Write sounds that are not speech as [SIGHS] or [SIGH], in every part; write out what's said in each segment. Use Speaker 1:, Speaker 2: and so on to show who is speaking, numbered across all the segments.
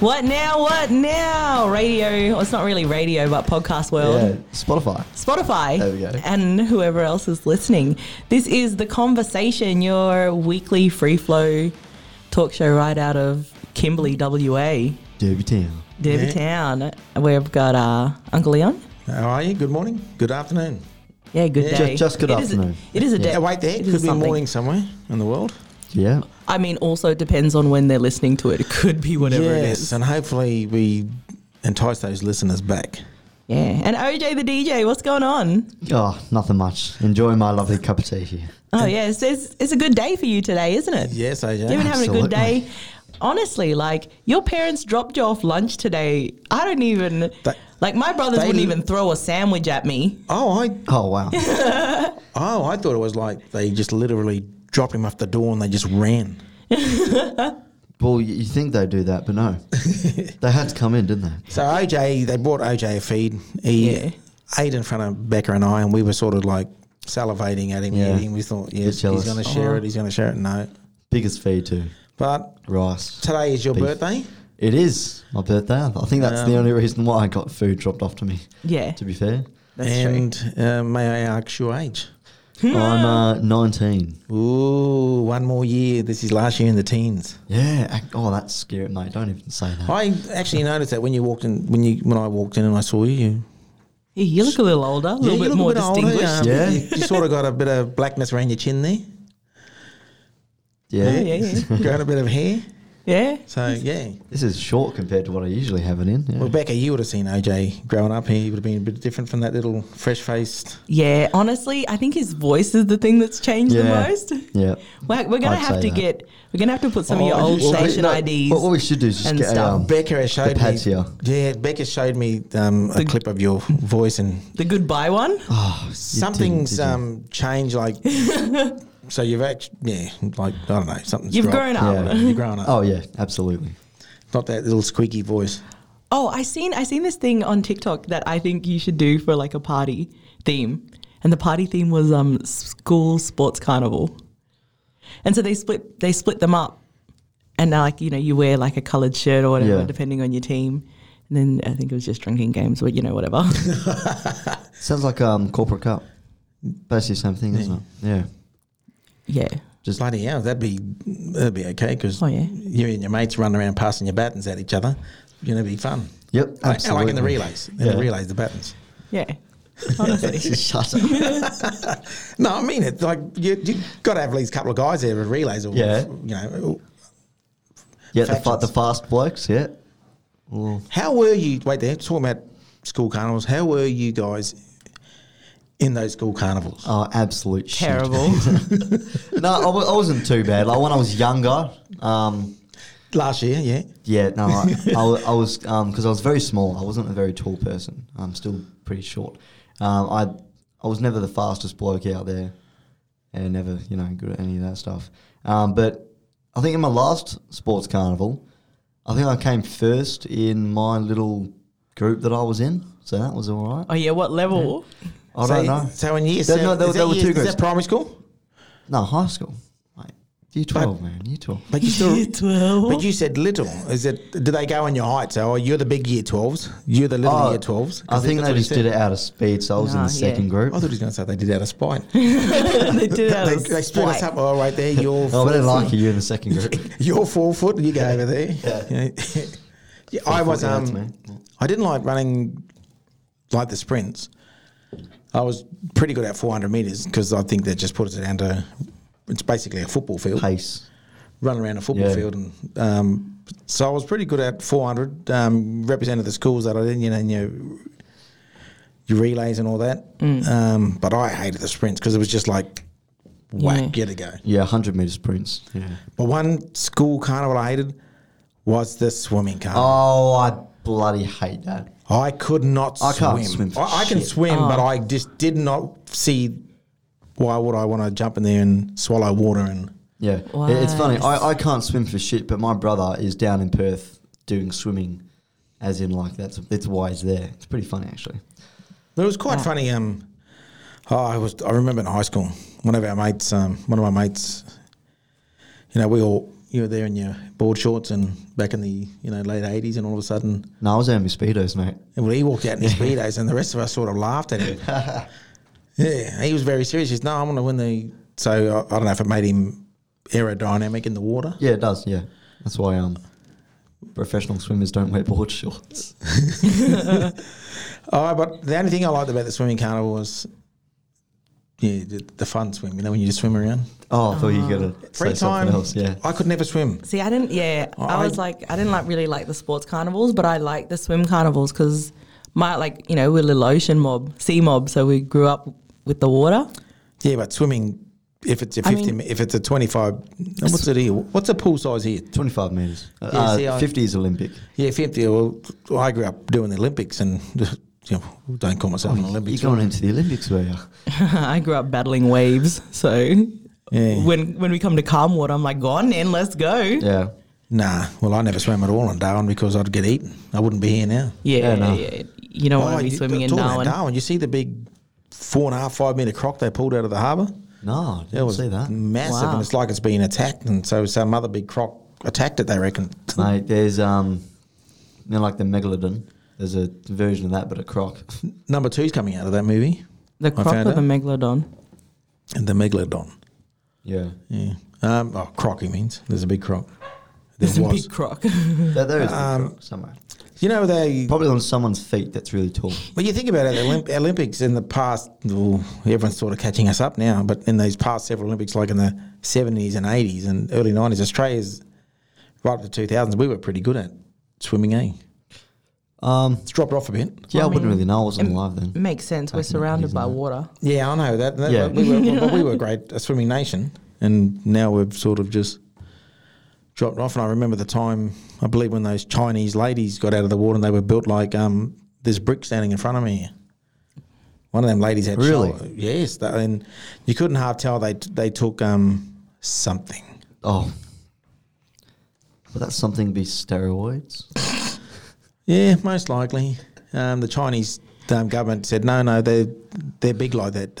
Speaker 1: What now? What now? Radio. Well, it's not really radio, but podcast world.
Speaker 2: Yeah, Spotify.
Speaker 1: Spotify.
Speaker 2: There we go.
Speaker 1: And whoever else is listening. This is The Conversation, your weekly free flow talk show right out of Kimberley, WA,
Speaker 2: Derby Town.
Speaker 1: Derby
Speaker 3: Yeah.
Speaker 1: Town. We've got uh, Uncle Leon.
Speaker 3: How are you? Good morning. Good afternoon.
Speaker 1: Yeah, good
Speaker 3: Yeah.
Speaker 1: day.
Speaker 2: Just- just good
Speaker 1: It is a-
Speaker 2: afternoon.
Speaker 1: it is a day.
Speaker 3: Yeah, wait there.
Speaker 1: It
Speaker 3: Could
Speaker 1: is
Speaker 3: be
Speaker 1: something.
Speaker 3: morning somewhere in the world.
Speaker 2: Yeah.
Speaker 1: I mean, also it depends on when they're listening to it. It could be whatever it
Speaker 3: yes,
Speaker 1: is.
Speaker 3: and hopefully we entice those listeners back.
Speaker 1: Yeah. And OJ the DJ, what's going on?
Speaker 2: Oh, nothing much. Enjoying my lovely cup of tea here.
Speaker 1: Oh yeah, it's, it's, it's a good day for you today, isn't it?
Speaker 3: Yes, AJ.
Speaker 1: You've been having a good
Speaker 2: Absolutely.
Speaker 1: day. Honestly, like your parents dropped you off lunch today. I don't even
Speaker 3: They-
Speaker 1: like my brothers
Speaker 3: they-
Speaker 1: wouldn't even throw a sandwich at me.
Speaker 3: oh, I
Speaker 1: [LAUGHS]
Speaker 2: Oh wow.
Speaker 3: oh, I thought it was like they just literally dropped him off the door and they just ran.
Speaker 2: well, y- you think they do that,
Speaker 1: [LAUGHS]
Speaker 2: but no. they had to come in, didn't they?
Speaker 3: So OJ, they brought OJ a feed. He
Speaker 1: Yeah.
Speaker 3: ate in front of Becca and I, and we were sort of like salivating at him
Speaker 2: Yeah.
Speaker 3: eating. We thought, yeah, he's
Speaker 2: jealous.
Speaker 3: going to
Speaker 1: Uh-huh.
Speaker 3: share it. He's going to share it. No,
Speaker 2: Biggest fee too.
Speaker 3: but
Speaker 2: Rice.
Speaker 3: today is your
Speaker 2: Beef.
Speaker 3: birthday.
Speaker 2: It is my birthday. I think that's the
Speaker 3: Um,
Speaker 2: only reason why I got food dropped off to me.
Speaker 1: Yeah,
Speaker 2: To
Speaker 1: [LAUGHS]
Speaker 2: be fair,
Speaker 1: that's true.
Speaker 3: and uh, may I ask your age?
Speaker 2: I'm uh, 19.
Speaker 3: Ooh, one more year. This is last year in the teens.
Speaker 2: Yeah. ac- Oh, that's scary, mate. Don't even say that.
Speaker 3: I actually noticed that when you walked in, when you when I walked in and I saw you, you
Speaker 1: Yeah, you look a little older, a little
Speaker 3: Yeah, you
Speaker 1: bit
Speaker 3: look a
Speaker 1: more
Speaker 3: older,
Speaker 1: distinguished.
Speaker 3: um,
Speaker 2: Yeah.
Speaker 3: you, you sort of got a bit of blackness around your chin there,
Speaker 2: Yeah.
Speaker 1: yeah, yeah.
Speaker 3: growing a bit of hair.
Speaker 1: yeah.
Speaker 3: So yeah,
Speaker 2: This is short compared to what I usually have it in. Yeah.
Speaker 3: well, Becca, you would have seen OJ growing up. He would have been a bit different from that little fresh-faced.
Speaker 1: Yeah, honestly, I think his voice is the thing that's changed
Speaker 2: Yeah.
Speaker 1: the most.
Speaker 2: yeah.
Speaker 1: We're, we're gonna
Speaker 2: I'd
Speaker 1: have to
Speaker 2: say that.
Speaker 1: get. We're gonna have to put some of
Speaker 3: Oh,
Speaker 1: your old
Speaker 3: well,
Speaker 1: station
Speaker 2: no,
Speaker 1: IDs.
Speaker 2: What, what we should do is just
Speaker 1: and
Speaker 2: get a,
Speaker 1: stuff.
Speaker 2: um,
Speaker 3: Becca has showed
Speaker 2: pads
Speaker 3: me.
Speaker 2: here.
Speaker 3: Yeah, Becca showed me um, a
Speaker 1: The-
Speaker 3: clip of your voice and
Speaker 1: the goodbye one.
Speaker 2: oh, you
Speaker 3: something's
Speaker 2: didn't, did you?
Speaker 3: um, changed. [LAUGHS] Like, so you've actually yeah, like I don't know, something's
Speaker 1: You've
Speaker 3: dropped.
Speaker 1: grown up.
Speaker 2: Yeah.
Speaker 3: You're growing up.
Speaker 2: Oh yeah, absolutely.
Speaker 3: Not that little squeaky voice.
Speaker 1: Oh, I seen I seen this thing on TikTok that I think you should do for like a party theme, and the party theme was um school sports carnival, and so they split they split them up, and now like you know you wear like a coloured shirt or whatever
Speaker 2: Yeah.
Speaker 1: depending on your team, and then I think it was just drinking games, but you know whatever.
Speaker 2: Sounds like um corporate cup. Basically the same thing, isn't it? Yeah.
Speaker 1: yeah.
Speaker 2: Just
Speaker 3: Bloody hell, that'd be that'd be okay because
Speaker 1: Oh, yeah.
Speaker 3: you and your mates run around passing your batons at each other. You know, it'd be fun.
Speaker 2: yep.
Speaker 3: Like- Like in the
Speaker 2: absolutely.
Speaker 3: relays, in
Speaker 2: Yeah.
Speaker 3: the relays, the batons.
Speaker 1: Yeah. Honestly.
Speaker 2: [LAUGHS] Shut up.
Speaker 3: No, I mean it. Like you, you got to have at least a couple of guys there at relays, or
Speaker 2: Yeah.
Speaker 3: you know.
Speaker 2: Yeah, the, fa-
Speaker 3: Factions.
Speaker 2: the fast blokes. Yeah.
Speaker 3: How were you? Wait, there. Talking about school carnivals. How were you guys in those school carnivals?
Speaker 2: Oh, absolute shit.
Speaker 1: Terrible.
Speaker 2: [LAUGHS] no, I w- I wasn't too bad. Like when I was younger, um,
Speaker 3: Last year, yeah.
Speaker 2: Yeah, no,
Speaker 3: [LAUGHS]
Speaker 2: I, I, wa- I was because I was very small. I wasn't a very tall person. I'm still pretty short. Um, I I was never the fastest bloke out there, and never you know good at any of that stuff. Um, but I think in my last sports carnival, I think I came first in my little group that I was in. So that was all right.
Speaker 1: oh yeah, what level?
Speaker 2: I
Speaker 3: so,
Speaker 2: don't know.
Speaker 3: So in year
Speaker 2: There-
Speaker 3: seven,
Speaker 2: no, there-
Speaker 3: is that
Speaker 2: there were
Speaker 3: year-
Speaker 2: two
Speaker 3: is that
Speaker 2: groups.
Speaker 3: primary school?
Speaker 2: No, high school. Mate, year twelve, man. Year twelve.
Speaker 3: But you
Speaker 1: [LAUGHS]
Speaker 3: still
Speaker 1: Year 12.
Speaker 3: But you said little. Is it? Do they go on your height? So oh, you're the big year twelves. You're the little
Speaker 2: Oh,
Speaker 3: year twelves.
Speaker 2: I think they just did it out of speed. So I was in
Speaker 1: Nah,
Speaker 2: the second
Speaker 1: yeah.
Speaker 2: group.
Speaker 3: I thought he was going to say they did out
Speaker 2: [LAUGHS]
Speaker 3: of spite.
Speaker 1: [LAUGHS] they did that
Speaker 3: [LAUGHS] they,
Speaker 1: as
Speaker 3: they split us
Speaker 1: spite.
Speaker 3: up. All right, there.
Speaker 2: [LAUGHS]
Speaker 3: You're
Speaker 2: Oh,
Speaker 3: four
Speaker 2: I didn't
Speaker 3: foot.
Speaker 2: like you. You're in the second group.
Speaker 3: [LAUGHS] You're four foot. You go over there.
Speaker 2: Yeah.
Speaker 3: Yeah. [LAUGHS] Yeah, I was.
Speaker 2: Yeah, that's me.
Speaker 3: Um, I didn't like running like the sprints. I was pretty good at 400 meters because I think that just puts it down to it's basically a football field.
Speaker 2: pace.
Speaker 3: run around a football
Speaker 2: Yeah.
Speaker 3: field, and um, so I was pretty good at 400. Um, represented the schools that I did, you know, and your, your relays and all that.
Speaker 2: Mm.
Speaker 3: Um, but I hated the sprints because it was just like whack,
Speaker 1: Yeah.
Speaker 3: get a go.
Speaker 2: Yeah, 100 meter sprints. Yeah.
Speaker 3: But one school carnival I hated was the swimming carnival.
Speaker 2: Oh, I bloody hate that.
Speaker 3: I could not
Speaker 2: Oh. I
Speaker 3: swim.
Speaker 2: can't swim for
Speaker 3: I, I can
Speaker 2: shit. Oh.
Speaker 3: swim, but I just did not see why would I want to jump in there and swallow water and.
Speaker 2: Yeah. It- It's funny.
Speaker 1: Wow.
Speaker 2: I, I can't swim for shit, but my brother is down in Perth doing swimming, as in, like, that's, that's why he's there. It's pretty funny, actually.
Speaker 3: It was quite funny. Um, oh, I was. I remember in high school, one of our mates, um, one of my mates, you know, we all you were there in your board shorts and back in the you know late eighties, and all of a sudden,
Speaker 2: No, I was in my speedos, mate.
Speaker 3: well, he walked out
Speaker 2: [LAUGHS]
Speaker 3: in his speedos, and the rest of us sort of laughed at him. yeah, he was very serious. He says, "No, I'm going to win the." So I, I don't know if it made him aerodynamic in the water.
Speaker 2: Yeah, it does. Yeah, that's why um, professional swimmers don't wear board [LAUGHS] shorts.
Speaker 3: Oh, but the only thing I liked about the swimming carnival was. Yeah, the, the fun swim. You know when you just swim around.
Speaker 2: Oh, I thought you got to
Speaker 3: Uh-huh. Free
Speaker 2: say something
Speaker 3: time.
Speaker 2: else. Yeah,
Speaker 3: I could never swim.
Speaker 1: See, I didn't. Yeah, I,
Speaker 3: Oh, I-
Speaker 1: was like, I didn't like really like the sports carnivals, but I like the swim carnivals because my like, you know, we're little ocean mob, sea mob, so we grew up with the water. [LAUGHS]
Speaker 3: Yeah, but swimming. If it's a
Speaker 1: I
Speaker 3: fifty,
Speaker 1: mean-
Speaker 3: if it's a twenty-five, what's it here? What's a pool size here?
Speaker 2: twenty-five meters. Uh,
Speaker 3: Yeah, see,
Speaker 2: uh,
Speaker 3: I-
Speaker 2: Fifty is Olympic.
Speaker 3: Yeah, 50. Well, I grew up doing the Olympics and [LAUGHS] you know, don't call myself
Speaker 1: Oh,
Speaker 3: an
Speaker 2: You're
Speaker 3: Olympics.
Speaker 2: going into the Olympics, were you?
Speaker 1: I grew up battling waves, so
Speaker 3: Yeah.
Speaker 1: when when we come to calm water, I'm like, go on then, let's go. Yeah,
Speaker 2: Yeah.
Speaker 3: Nah, well, I never swam at all in Darwin because I'd get eaten. I wouldn't be here now.
Speaker 1: yeah,
Speaker 2: Yeah, no.
Speaker 1: you don't want
Speaker 3: Oh,
Speaker 1: to be
Speaker 3: you-
Speaker 1: swimming in
Speaker 3: talking about
Speaker 1: Darwin.
Speaker 3: Darwin. You see the big four and a half, five metre croc they pulled out of the harbour?
Speaker 2: No, I
Speaker 3: That
Speaker 2: didn't
Speaker 3: was
Speaker 2: see that.
Speaker 3: massive.
Speaker 1: Wow.
Speaker 3: And it's like it's been attacked. And so some other big croc attacked it, they reckon.
Speaker 2: Mate, there's um, you know, like the megalodon. There's a version of that, but a croc. [LAUGHS]
Speaker 3: Number two's coming out of that movie,
Speaker 1: The croc or
Speaker 3: found
Speaker 1: the
Speaker 3: out.
Speaker 1: megalodon?
Speaker 3: and the megalodon.
Speaker 2: Yeah,
Speaker 3: Yeah. Um, oh, croc, he means. There's a big croc. There
Speaker 1: There's a
Speaker 3: was.
Speaker 1: big croc. [LAUGHS]
Speaker 2: there, there is a big croc somewhere.
Speaker 3: You know, they.
Speaker 2: Probably on someone's feet that's really tall.
Speaker 3: Well, you think about it, the Olymp- Olympics in the past, well, everyone's sort of catching us up now, but in these past several Olympics, like in the 70s and 80s and early 90s, Australia's right up to 2000s, we were pretty good at swimming, eh?
Speaker 2: Um,
Speaker 3: It's dropped off a bit.
Speaker 2: yeah, I,
Speaker 1: I
Speaker 2: wouldn't
Speaker 1: mean,
Speaker 2: really know. I wasn't
Speaker 1: it-
Speaker 2: alive then.
Speaker 1: Makes sense. We're
Speaker 2: Back in the
Speaker 1: surrounded
Speaker 2: 80s,
Speaker 1: by
Speaker 2: isn't it?
Speaker 1: water.
Speaker 3: Yeah, I know that. that
Speaker 2: Yeah.
Speaker 3: we, were, well,
Speaker 2: [LAUGHS]
Speaker 3: we were great, a swimming nation, and now we've sort of just dropped off. And I remember the time, I believe, when those Chinese ladies got out of the water and they were built like um, this brick standing in front of me. One of them ladies had
Speaker 2: Really?
Speaker 3: shoulder- yes, that, and you couldn't half tell they they took um, something.
Speaker 2: Oh, would that something be steroids? [LAUGHS]
Speaker 3: Yeah, most likely. Um, the Chinese um, government said no, no, they they're big like that.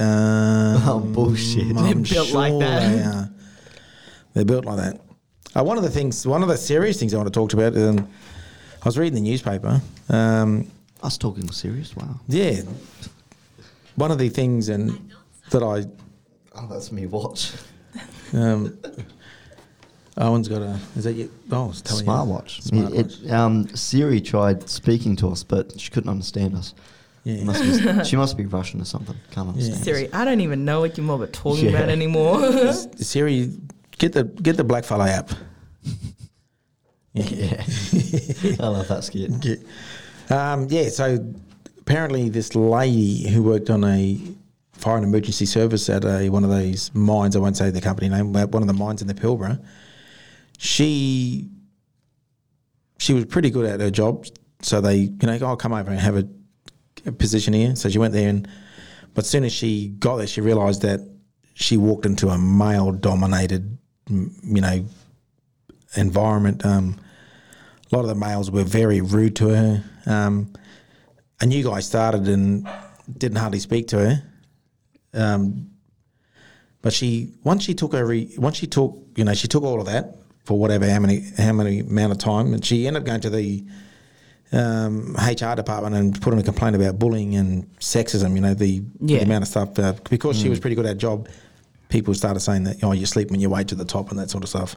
Speaker 2: [LAUGHS]
Speaker 3: Um,
Speaker 2: Oh, bullshit.
Speaker 1: They're built like that.
Speaker 3: They are. They're built like that. Uh, one of the things, one of the serious things I want to talk about, is, um, I was reading the newspaper. Um,
Speaker 2: Us talking serious? Wow.
Speaker 3: yeah, one of the things, and that I,
Speaker 2: Oh, that's me watch.
Speaker 3: um, Owen's got a. Is that you? Oh, it's telling
Speaker 2: [LAUGHS] Smartwatch.
Speaker 3: you. Smartwatch.
Speaker 2: It- it, um, Siri tried speaking to us, but she couldn't
Speaker 1: [LAUGHS]
Speaker 2: understand us.
Speaker 3: Yeah.
Speaker 2: It must be- she must be Russian or something. Can't understand. us.
Speaker 1: Siri, I don't even know what you're mob are talking
Speaker 2: Yeah.
Speaker 1: about
Speaker 3: [LAUGHS]
Speaker 1: anymore. [LAUGHS]
Speaker 3: Siri, get the get the
Speaker 2: [LAUGHS]
Speaker 3: blackfella app.
Speaker 2: Yeah. [LAUGHS] I love that skit.
Speaker 3: Yeah. Um, yeah, so apparently this lady who worked on a fire and emergency service at a, one of those mines, I won't say the company name, but one of the mines in the Pilbara, she she was pretty good at her job. So they, you know, I'll come over and have a, a position here. So she went there and, but as soon as she got there, she realised that she walked into a male-dominated, m- you know, environment. Um, a lot of the males were very rude to her. Um, a new guy started and didn't hardly speak to her. Um, but she once she took her re, once she took you know she took all of that for whatever how many how many amount of time and she ended up going to the um, HR department and put in a complaint about bullying and sexism. You know the, the
Speaker 1: Yeah.
Speaker 3: amount of stuff uh, because she was pretty good at her job. People started saying that oh you sleep when you wait to the top and that sort of stuff.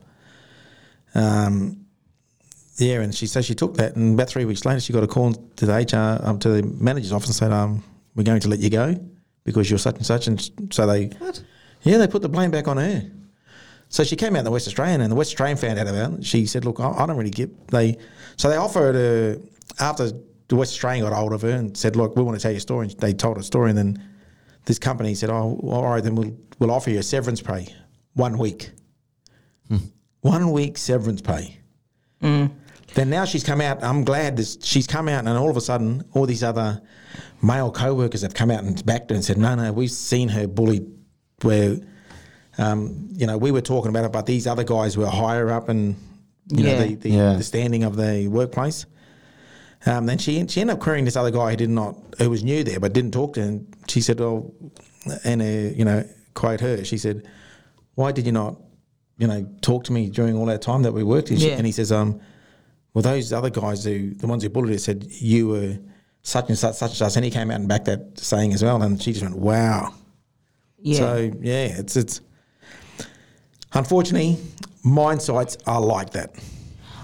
Speaker 3: Yeah, and she so she took that, and about three weeks later, she got a call to the HR, um, to the manager's office, and said, um, "We're going to let you go because you're such and such." And s- so they, yeah, they put the blame back on her. So she came out in the West Australian, and the West Australian found out about it. She said, "Look, I, I don't really get they." So they offered her after the West Australian got hold of her and said, "Look, we want to tell you a story." And they told her story, and then this company said, "Oh, well, all right, then we'll we'll offer you a severance pay, one week, one week severance pay." Then now she's come out. I'm glad this, she's come out, and all of a sudden, all these other male co-workers have come out and backed her and said, "No, no, we've seen her bullied. Where, um, you know, we were talking about it, but these other guys were higher up and you
Speaker 1: Yeah.
Speaker 3: know the, the,
Speaker 2: Yeah.
Speaker 3: the standing of the workplace." Um, then she she ended up querying this other guy who did not who was new there but didn't talk to him. She "Oh," said, "Well," and uh, you know, quote her. She said, "Why did you not you know, talked to me during all that time that we worked. And, shit.
Speaker 1: Yeah.
Speaker 3: and he says, um, well, those other guys who, the ones who bullied her said, you were such and such, such and such. And he came out and backed that saying as well. And she just went, wow.
Speaker 1: Yeah.
Speaker 3: So, yeah, it's, it's, unfortunately, mine sites are like that.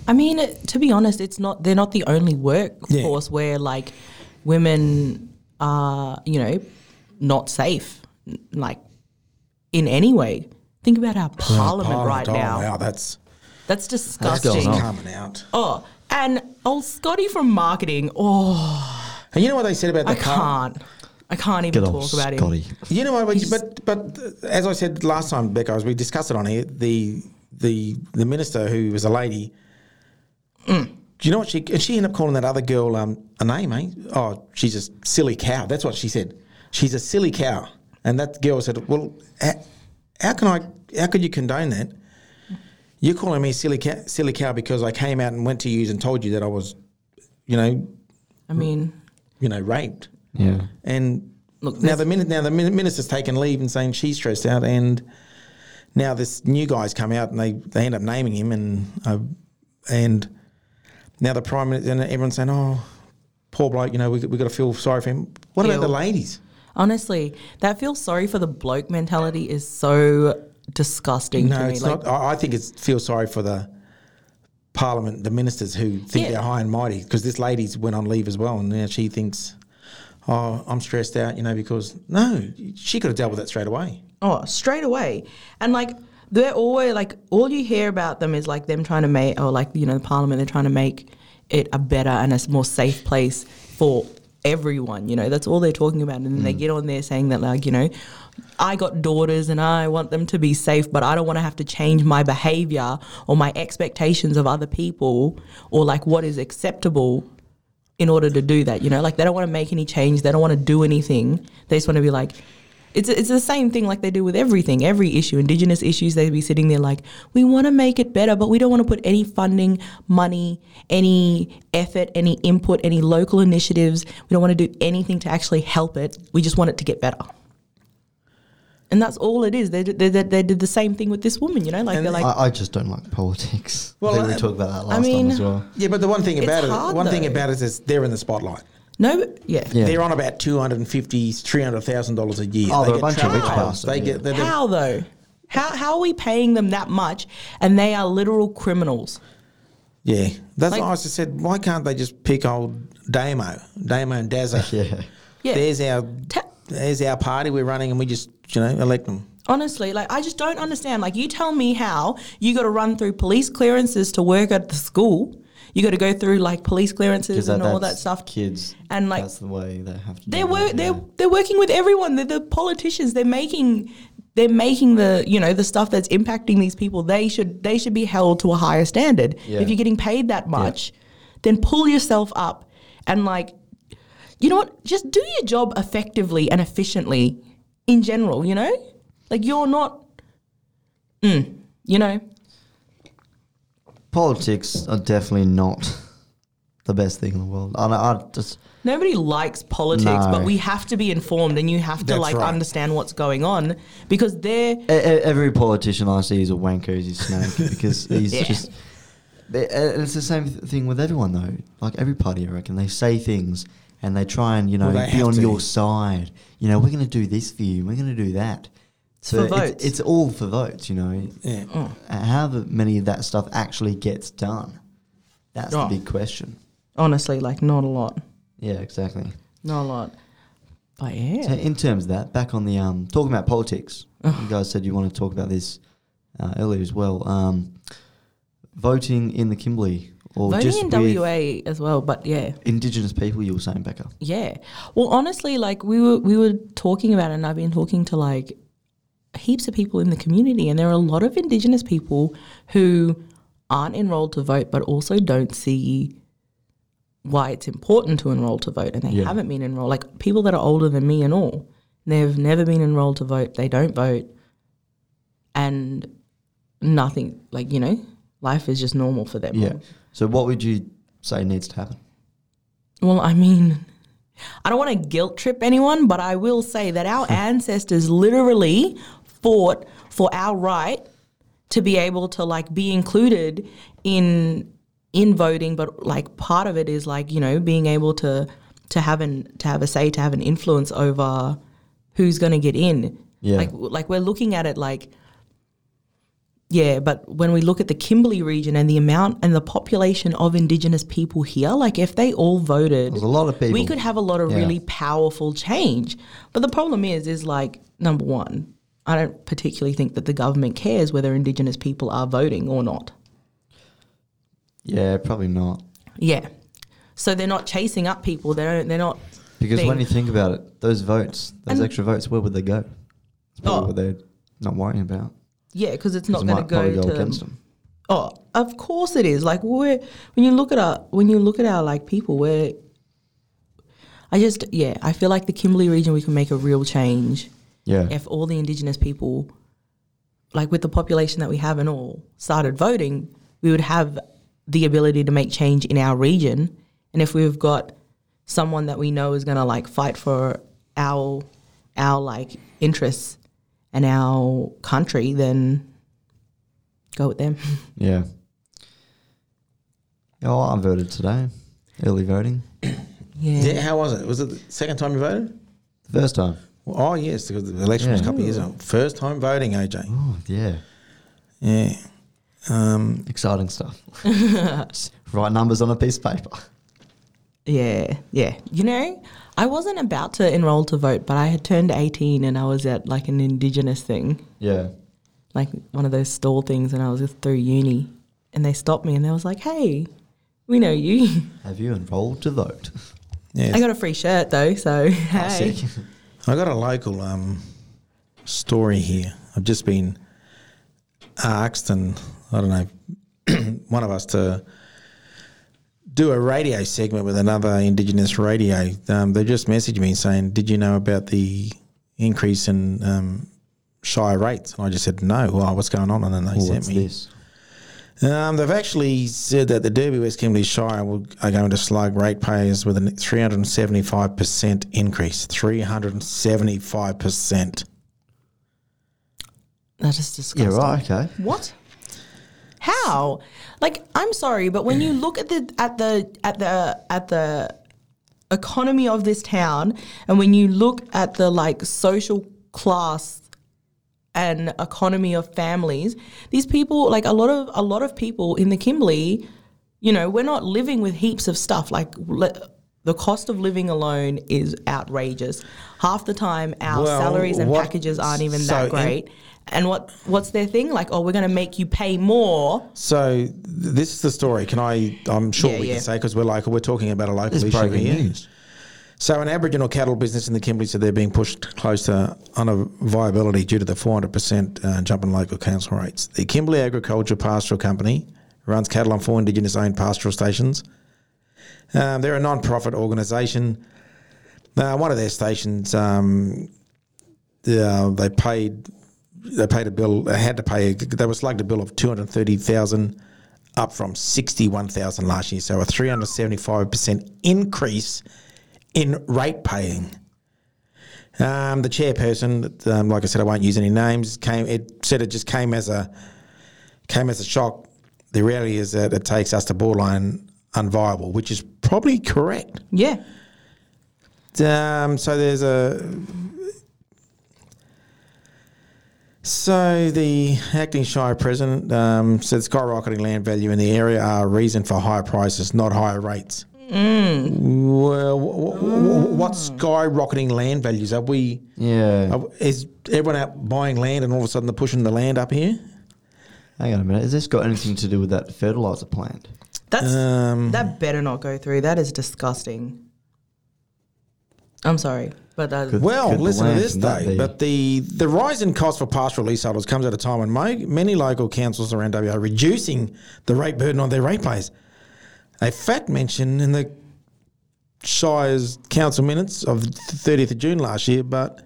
Speaker 1: I mean, it- to be honest, it's not. They're not the only workforce where like women are, you know, not safe, n- like in any way. Think about our parliament right
Speaker 3: oh,
Speaker 1: now.
Speaker 3: Wow, that's
Speaker 1: That's
Speaker 2: going
Speaker 1: disgusting.
Speaker 2: on.
Speaker 3: coming out.
Speaker 1: Oh, and old Scotty from marketing. Oh,
Speaker 3: And you know what they said about the
Speaker 1: I
Speaker 3: car-
Speaker 1: can't. I can't even
Speaker 2: Good
Speaker 1: talk
Speaker 2: old
Speaker 1: about
Speaker 2: Scotty.
Speaker 1: him.
Speaker 3: You know, what, but but as I said last time, Becca, as we discussed it on here, the the the minister who was a lady. Do you know what she? And she ended up calling that other girl um, a name, eh? Oh, she's a silly cow. That's what she said. She's a silly cow. And that girl said, "Well, h- how can I? How could you condone that? You're calling me silly cow, silly cow because I came out and went to you and told you that I was, you know,
Speaker 1: I mean,
Speaker 3: you know, raped."
Speaker 2: Yeah.
Speaker 3: And
Speaker 1: Look,
Speaker 3: now the minute now the min- minister's taken leave and saying she's stressed out, and now this new guy's come out and they, they end up naming him, and uh, and now the prime minister and everyone's saying, oh, poor bloke, you know, we we got to feel sorry for him. What about
Speaker 1: Feel.
Speaker 3: the ladies?
Speaker 1: honestly, that feels sorry for the bloke mentality is so disgusting to
Speaker 3: No,
Speaker 1: me.
Speaker 3: it's
Speaker 1: like,
Speaker 3: not. I, I think it's feel sorry for the parliament, the ministers who think
Speaker 1: Yeah.
Speaker 3: they're high and mighty because this lady's went on leave as well, and now she thinks. Oh, I'm stressed out, you know, because no, she could have dealt with that straight away.
Speaker 1: Oh, straight away. And like they're always like all you hear about them is like them trying to make or like you know the parliament they're trying to make it a better and a s- more safe place for everyone. You know that's all they're talking about, and then they get on there saying that like you know I got daughters and I want them to be safe, but I don't want to have to change my behavior or my expectations of other people or like what is acceptable in order to do that. You know, like they don't want to make any change. They don't want to do anything. They just want to be like, it's it's the same thing like they do with everything, every issue, Indigenous issues. They'd be sitting there like, we want to make it better, but we don't want to put any funding, money, any effort, any input, any local initiatives. We don't want to do anything to actually help it. We just want it to get better. And that's all it is. They did- they, they, they did the same thing with this woman, you know, like
Speaker 3: And
Speaker 1: they're like,
Speaker 2: I, I just don't
Speaker 1: [LAUGHS]
Speaker 2: like politics.
Speaker 3: Well,
Speaker 2: I think
Speaker 3: I-
Speaker 2: we talked about that last
Speaker 1: mean-
Speaker 2: time as well.
Speaker 3: Yeah, but the one thing
Speaker 1: It's
Speaker 3: about it,
Speaker 1: hard,
Speaker 3: one thing
Speaker 1: though.
Speaker 3: about it is they're in the spotlight.
Speaker 1: no, but- yeah.
Speaker 2: Yeah.
Speaker 3: They're on about two hundred and fifty, three hundred thousand dollars a year.
Speaker 2: Oh,
Speaker 3: they
Speaker 2: they're a
Speaker 3: get
Speaker 2: bunch of
Speaker 3: travel
Speaker 2: rich
Speaker 3: miles.
Speaker 2: bastards,
Speaker 3: They
Speaker 2: yeah.
Speaker 3: get they're, they're-
Speaker 1: How though? How how are we paying them that much and they are literal criminals?
Speaker 3: yeah. That's
Speaker 1: Like-
Speaker 3: why I just said. Why can't they just pick old Damo, Damo and Dazza?
Speaker 2: [LAUGHS] Yeah.
Speaker 1: Yeah.
Speaker 3: There's our
Speaker 1: Ta-
Speaker 3: there's our party we're running, and we just you know elect them.
Speaker 1: Honestly, like I just don't understand. Like you tell me how you got to run through police clearances to work at the school. You got to go through like police clearances and all that
Speaker 2: that's
Speaker 1: stuff.
Speaker 2: Kids.
Speaker 1: And, like,
Speaker 2: that's the way they have to.
Speaker 1: They're
Speaker 2: do
Speaker 1: wor-
Speaker 2: it,
Speaker 1: they're
Speaker 2: yeah.
Speaker 1: they're working with everyone. They're the politicians. They're making they're making the you know the stuff that's impacting these people. They should they should be held to a higher standard.
Speaker 2: Yeah.
Speaker 1: If you're getting paid that much, then pull yourself up and like you know what? Just do your job effectively and efficiently in general. You know, like you're not. Mm, you know,
Speaker 2: Politics are definitely not the best thing in the world. And I, I just
Speaker 1: Nobody likes politics,
Speaker 2: No.
Speaker 1: but we have to be informed, and you have to
Speaker 3: That's
Speaker 1: like
Speaker 3: right.
Speaker 1: understand what's going on because they're
Speaker 2: e- e- every politician I see is a wanker, is a snake because he's
Speaker 1: Yeah.
Speaker 2: just. e- e- It's the same th- thing with everyone though. Like every party, I reckon they say things and they try and you know
Speaker 3: Well, they
Speaker 2: be
Speaker 3: have
Speaker 2: on
Speaker 3: to.
Speaker 2: your side. You know, we're going to do this for you. We're going to do that. So
Speaker 1: for
Speaker 2: it's,
Speaker 1: votes.
Speaker 2: it's all for votes. You know, Uh,
Speaker 3: Yeah.
Speaker 1: Mm.
Speaker 2: however many of that stuff actually gets done. That's
Speaker 1: Oh.
Speaker 2: the big question.
Speaker 1: honestly like not a lot.
Speaker 2: Yeah, exactly.
Speaker 1: Not a lot. But
Speaker 2: So
Speaker 1: yeah.
Speaker 2: in terms of that, back on the um, talking about politics,
Speaker 1: Oh.
Speaker 2: you guys said you want to talk about this uh, earlier as well. Um, voting in the Kimberley or
Speaker 1: Voting
Speaker 2: just
Speaker 1: in
Speaker 2: with
Speaker 1: WA as well, but yeah.
Speaker 2: Indigenous people, you were saying, Becca.
Speaker 1: Yeah. Well, honestly, like we were we were talking about it and I've been talking to like heaps of people in the community and there are a lot of indigenous people who aren't enrolled to vote but also don't see why it's important to enroll to vote and they
Speaker 2: Yeah.
Speaker 1: haven't been enrolled. Like people that are older than me and all. They've never been enrolled to vote. They don't vote. And nothing like, you know, life is just normal for them.
Speaker 2: Yeah. So what would you say needs to happen?
Speaker 1: Well, I mean, I don't want to guilt trip anyone, but I will say that our ancestors literally fought for our right to be able to like be included in in voting but like part of it is like you know being able to to have an to have a say to have an influence over who's going to get in
Speaker 2: Yeah.
Speaker 1: like like we're looking at it like yeah but when we look at the kimberley region and the amount and the population of indigenous people here like if they all voted
Speaker 2: There's a lot of people.
Speaker 1: we could have a lot of
Speaker 2: Yeah.
Speaker 1: really powerful change. But the problem is, is like number one, I don't particularly think that the government cares whether Indigenous people are voting or not.
Speaker 2: yeah, probably not.
Speaker 1: Yeah, so they're not chasing up people. They don't. They're not.
Speaker 2: Because when
Speaker 1: thing.
Speaker 2: you think about it, those votes, those
Speaker 1: And-
Speaker 2: extra votes, where would they go? That's probably
Speaker 1: Oh.
Speaker 2: what they're not worrying about.
Speaker 1: Yeah, because it's not
Speaker 2: 'Cause it
Speaker 1: going
Speaker 2: might probably
Speaker 1: to go to
Speaker 2: them.
Speaker 1: Oh, of course it is. Like we're when you look at our when you look at our like people, we're I just yeah, I feel like the Kimberley region we can make a real change
Speaker 2: Yeah.
Speaker 1: if all the indigenous people like with the population that we have and all started voting, we would have the ability to make change in our region. And if we've got someone that we know is gonna like fight for our our like interests and our country, then go with them. [LAUGHS]
Speaker 2: Yeah. Oh, I voted today. Early voting.
Speaker 1: Yeah.
Speaker 3: Yeah, how was it? Was it the second time you voted?
Speaker 2: First time.
Speaker 3: Well, oh, yes, because the election was a
Speaker 2: Yeah.
Speaker 3: couple of years ago. First time voting, AJ.
Speaker 2: Oh, yeah.
Speaker 3: Yeah. Um,
Speaker 2: Exciting [LAUGHS] stuff. Just write numbers on a piece of paper.
Speaker 1: Yeah, yeah. You know, I wasn't about to enroll to vote, but I had turned 18 and I was at like an Indigenous thing,
Speaker 2: Yeah.
Speaker 1: like one of those stall things, and I was through uni. And they stopped me and they was like, hey, we know
Speaker 2: [LAUGHS]
Speaker 1: you.
Speaker 2: Have you enrolled to vote?
Speaker 3: yeah.
Speaker 1: I got a free shirt though, so hey.
Speaker 2: Sick.
Speaker 3: I got a local um, story here. I've just been uh, asked, and I don't know, [CLEARS THROAT] one of us to do a radio segment with another Indigenous radio. Um, they just messaged me saying, "Did you know about the increase in um, shy rates?" And I just said, "No. Well, what's going on?" And then they
Speaker 2: Oh,
Speaker 3: sent
Speaker 2: what's
Speaker 3: me.
Speaker 2: this?
Speaker 3: Um, they've actually said that the Derby West Kimberley Shire will, are going to slug ratepayers with a 375% increase. 375%.
Speaker 1: That is disgusting.
Speaker 2: Yeah, right, okay.
Speaker 1: What? How? Like, I'm sorry, but when you look at the at the at the at the economy of this town, and when you look at the like social class and economy of families, these people, like a lot of a lot of people in the Kimberley, you know, we're not living with heaps of stuff. Like le- the cost of living alone is outrageous. Half the time, our
Speaker 3: Well,
Speaker 1: salaries and
Speaker 3: what-
Speaker 1: packages aren't even
Speaker 3: so
Speaker 1: that
Speaker 3: in-
Speaker 1: great and what what's their thing like oh we're going to make you pay more
Speaker 3: So th- this is the story. Can I? I'm sure
Speaker 1: Yeah,
Speaker 3: we
Speaker 1: yeah.
Speaker 3: can say because we're like we're talking about a local
Speaker 2: This is
Speaker 3: issue
Speaker 2: breaking
Speaker 3: here.
Speaker 2: news.
Speaker 3: So an Aboriginal cattle business in the Kimberley said they're being pushed close to unviability due to the 400% uh, jump in local council rates. The Kimberley Agriculture Pastoral Company runs cattle on four Indigenous-owned pastoral stations. Um, they're a non-profit organisation. Uh, one of their stations, um, uh, they paid they paid a bill. They had to pay. They were slugged a bill of two hundred thirty thousand, up from sixty one thousand last year. So a three hundred seventy five percent increase in rate paying. Um, the chairperson, um, like I said, I won't use any names. Came it said it just came as a came as a shock. The reality is that it takes us to borderline unviable, which is probably correct.
Speaker 1: yeah
Speaker 3: Um, so there's a. So the acting shire president um, said skyrocketing land value in the area are a reason for higher prices, not higher rates. Well, wh- wh- wh- what's skyrocketing land values? Are we?
Speaker 2: Yeah.
Speaker 3: Are, is everyone out buying land and all of a sudden they're pushing the land up here?
Speaker 2: Hang on a minute. Has this got anything to do with that fertilizer plant?
Speaker 1: that's
Speaker 3: Um,
Speaker 1: that better not go through that is disgusting i'm sorry but uh, that,
Speaker 2: Good.
Speaker 3: Well,
Speaker 2: Could the
Speaker 3: listen to
Speaker 2: land
Speaker 3: this
Speaker 2: from that
Speaker 3: though.
Speaker 2: be-
Speaker 3: But the the rise in cost for pastoral leaseholders comes at a time when mo- many local councils around WA are reducing the rate burden on their ratepayers. A fat mention in the Shire's council minutes of the 30th of June last year, but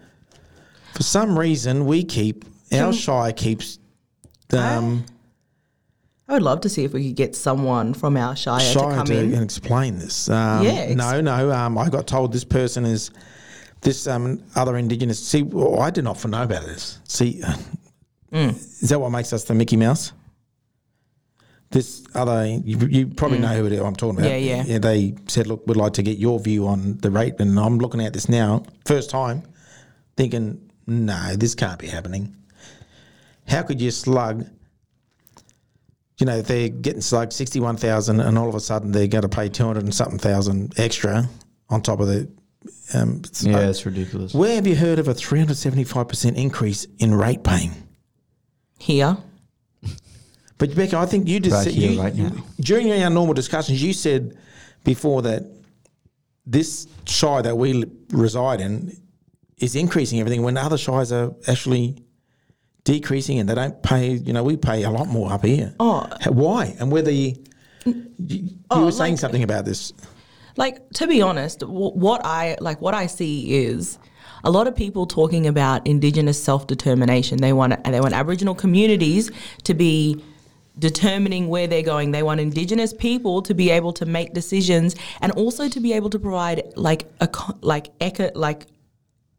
Speaker 3: for some reason we keep our Shire keeps um,
Speaker 1: i would love to see if we could get someone from our shire, to
Speaker 3: Shire
Speaker 1: come
Speaker 3: to
Speaker 1: in
Speaker 3: and explain this. Um,
Speaker 1: Yeah, ex-
Speaker 3: no, no. Um, I got told this person is this um, other Indigenous. See, [LAUGHS] well, I did not know about this. See, Is that what makes us the Mickey Mouse? This other, you, you probably know who it is I'm talking about.
Speaker 1: Mm. Yeah, yeah.
Speaker 3: They said, look, we'd like to get your view on the rate. And I'm looking at this now, first time, thinking, no, this can't be happening. How could you slug, you know, if they're getting slugged 61,000 and all of a sudden they're going to pay 200 and something thousand extra on top of the. Um,
Speaker 2: Yeah, it's ridiculous.
Speaker 3: where have you heard of a 375% increase in rate paying?
Speaker 1: Here.
Speaker 3: But Becca, I think you just
Speaker 2: Right
Speaker 3: said,
Speaker 2: here,
Speaker 3: you,
Speaker 2: right now.
Speaker 3: during our normal discussions, you said before that this shire that we li- reside in is increasing everything when other shires are actually decreasing and they don't pay, you know, we pay a lot more up here.
Speaker 1: Oh.
Speaker 3: H- Why? And whether you, you, you
Speaker 1: Oh,
Speaker 3: were saying
Speaker 1: like-
Speaker 3: something about this.
Speaker 1: Like to be honest, w- what I like what I see is a lot of people talking about indigenous self-determination. They want they want Aboriginal communities to be determining where they're going. They want indigenous people to be able to make decisions and also to be able to provide like a co- like eco, like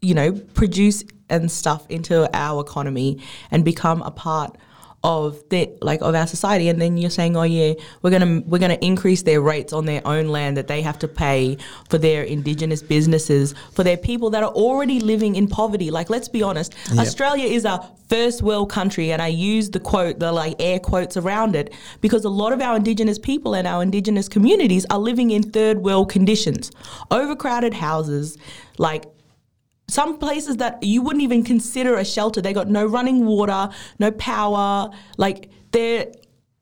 Speaker 1: you know, produce and stuff into our economy and become a part of the like of our society. And then you're saying, oh yeah, we're gonna we're gonna increase their rates on their own land that they have to pay for their indigenous businesses for their people that are already living in poverty. Like let's be honest, Australia is a first world country, and I use the quote the like air quotes around it because a lot of our indigenous people and our indigenous communities are living in third world conditions, overcrowded houses, like some places that you wouldn't even consider a shelter. They got no running water, no power. Like they're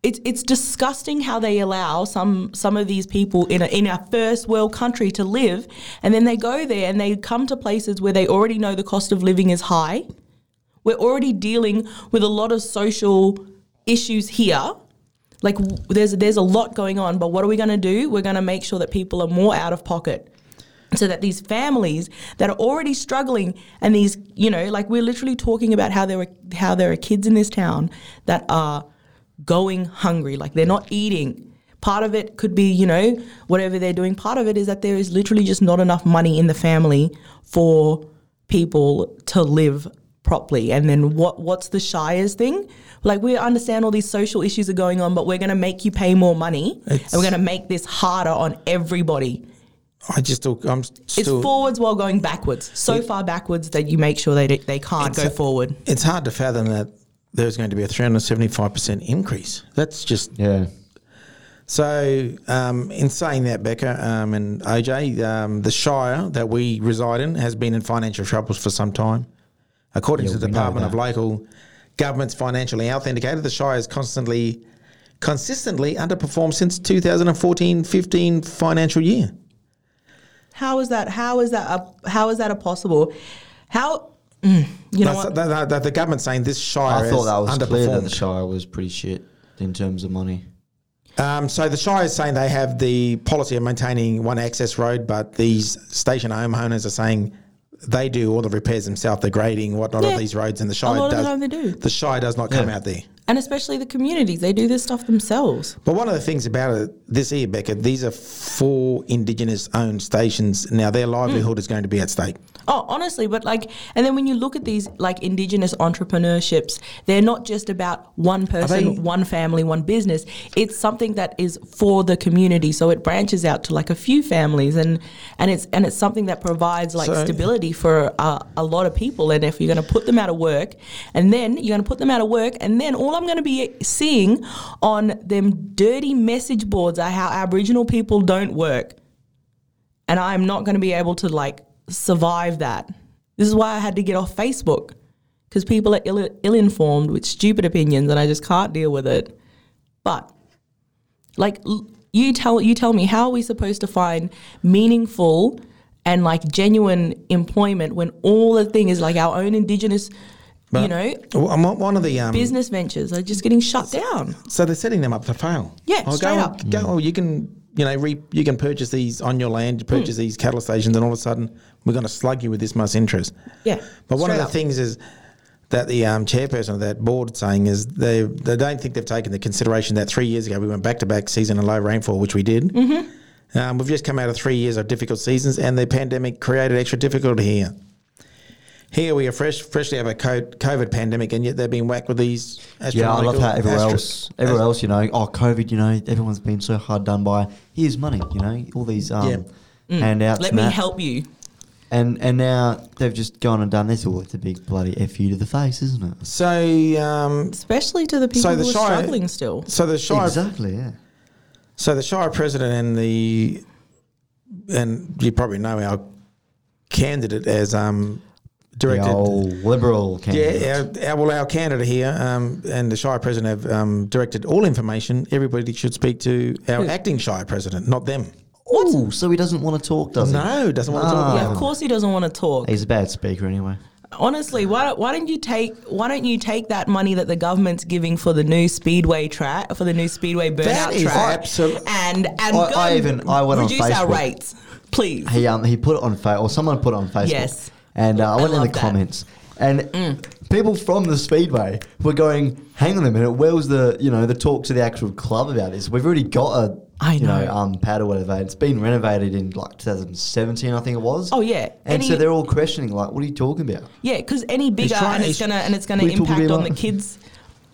Speaker 1: it's it's disgusting how they allow some some of these people in a in our first world country to live, and then they go there and they come to places where they already know the cost of living is high. We're already dealing with a lot of social issues here. Like w- there's there's a lot going on, but what are we going to do? We're going to make sure that people are more out of pocket so that these families that are already struggling and these you know like we're literally talking about how there were how there are kids in this town that are going hungry like they're not eating part of it could be you know whatever they're doing part of it is that there is literally just not enough money in the family for people to live properly and then what what's the shires thing like we understand all these social issues are going on but we're going to make you pay more money and
Speaker 3: It's-
Speaker 1: we're going to make this harder on everybody
Speaker 3: I just still, I'm still.
Speaker 1: it's forwards while going backwards. So far backwards that you make sure they they can't go
Speaker 3: It's-
Speaker 1: forward.
Speaker 3: it's hard to fathom that there's going to be a 375% increase. That's just
Speaker 2: Yeah.
Speaker 3: So, um, in saying that, Becca um, and OJ, um, the Shire that we reside in has been in financial troubles for some time. According to the
Speaker 2: we know
Speaker 3: Department of
Speaker 2: that.
Speaker 3: Local Governments Financial Health Indicator, the Shire has constantly, consistently underperformed since 2014 15 financial year.
Speaker 1: How is that? How is that? A, how is that a possible? How mm, you know
Speaker 3: That's-
Speaker 1: what?
Speaker 3: that- that- that the government's saying this Shire
Speaker 2: I thought that was
Speaker 3: has
Speaker 2: clear that the
Speaker 3: underperformed.
Speaker 2: Shire was pretty shit in terms of money.
Speaker 3: Um, so the Shire is saying they have the policy of maintaining one access road, but these station homeowners are saying they do all the repairs themselves, the grading, whatnot
Speaker 1: Yeah.
Speaker 3: of these roads, and the Shire
Speaker 1: lot of the
Speaker 3: does.
Speaker 1: time they do.
Speaker 3: The Shire does not come
Speaker 2: Yeah.
Speaker 3: out there.
Speaker 1: And especially the communities, they do this stuff themselves.
Speaker 3: But one of the things about it this year, Becca, these are four Indigenous-owned stations. Now their
Speaker 1: Mm.
Speaker 3: livelihood is going to be at stake.
Speaker 1: Oh, honestly, but like, and then when you look at these like indigenous entrepreneurships, they're not just about one person,
Speaker 3: they-
Speaker 1: one family, one business. It's something that is for the community, so it branches out to like a few families, and and it's and it's something that provides like
Speaker 3: So-
Speaker 1: stability for uh, a lot of people. And if you're going to put them out of work, and then you're going to put them out of work, and then all I'm going to be seeing on them dirty message boards are how Aboriginal people don't work and I'm not going to be able to like survive that. This is why I had to get off Facebook because people are ill ill informed with stupid opinions, and I just can't deal with it. But like l- you tell you tell me, how are we supposed to find meaningful and like genuine employment when all the thing is like our own indigenous, you know,
Speaker 3: Well, I'm on- one of the um,
Speaker 1: business ventures are just getting shut down?
Speaker 3: so they're setting them up to fail.
Speaker 1: Yeah,
Speaker 3: Oh,
Speaker 1: straight
Speaker 3: go,
Speaker 1: up.
Speaker 3: Go, oh, you can you know re, you can purchase these on your land,
Speaker 1: Mm.
Speaker 3: you purchase these cattle stations, and all of a sudden we're going to slug you with this much interest.
Speaker 1: Yeah,
Speaker 3: But one
Speaker 1: straight
Speaker 3: of the
Speaker 1: up.
Speaker 3: things is that the um, chairperson of that board saying is they they don't think they've taken the consideration that three years ago we went back to back season and low rainfall, which we did. Mm-hmm. Um, we've just come out of three years of difficult seasons, and the pandemic created extra difficulty here. Here we are fresh, freshly have a co- COVID pandemic, and yet they're being whacked with these.
Speaker 2: Yeah, I love how everywhere
Speaker 3: astro-
Speaker 2: else, everywhere else, you know, oh, COVID, you know, everyone's been so hard done by. Here's money, you know, all these um,
Speaker 3: Yeah.
Speaker 2: handouts.
Speaker 1: Let
Speaker 2: and
Speaker 1: me
Speaker 2: that.
Speaker 1: help you.
Speaker 2: And and now they've just gone and done this. All it's a big bloody f you to the face, isn't it?
Speaker 3: So, um,
Speaker 1: Especially to the people
Speaker 3: So the
Speaker 1: who are
Speaker 3: Shire-
Speaker 1: struggling still.
Speaker 3: so the Shire,
Speaker 2: Exactly. Yeah.
Speaker 3: so the Shire president and the, and you probably know our candidate as um, directed.
Speaker 2: The old liberal candidate.
Speaker 3: Yeah, our, our, well, our candidate here um, and the Shire President have um, directed all information. Everybody should speak to our acting Shire President, not them.
Speaker 2: Ooh, so he doesn't want to talk, does he?
Speaker 3: No, doesn't want to talk
Speaker 1: Yeah,
Speaker 3: about
Speaker 1: of course he doesn't want to talk.
Speaker 2: He's a bad speaker anyway.
Speaker 1: Honestly, why don't- why don't you take why don't you take that money that the government's giving for the new speedway track for the new speedway burnout
Speaker 3: is
Speaker 1: track
Speaker 3: absol-
Speaker 1: and and
Speaker 2: I-
Speaker 1: go
Speaker 2: I even- I went on
Speaker 1: reduce our
Speaker 2: Facebook.
Speaker 1: rates, please.
Speaker 2: He um he put it on Facebook, or someone put it on Facebook.
Speaker 1: Yes.
Speaker 2: And uh, I went in the
Speaker 1: love that.
Speaker 2: comments, and people from the speedway were going, "Hang on a minute, where was the you know the talk to the actual club about this? We've already got a
Speaker 1: I
Speaker 2: you know
Speaker 1: know.
Speaker 2: um pad or whatever. It's been renovated in like 2017, I think it was.
Speaker 1: Oh, yeah.
Speaker 2: And
Speaker 1: Any-
Speaker 2: so they're all questioning, like, "What are you talking about?
Speaker 1: Yeah, because any bigger
Speaker 3: trying-
Speaker 1: and it's
Speaker 3: he's-
Speaker 1: gonna and it's gonna
Speaker 2: we talking
Speaker 1: impact on
Speaker 2: about-
Speaker 1: the kids.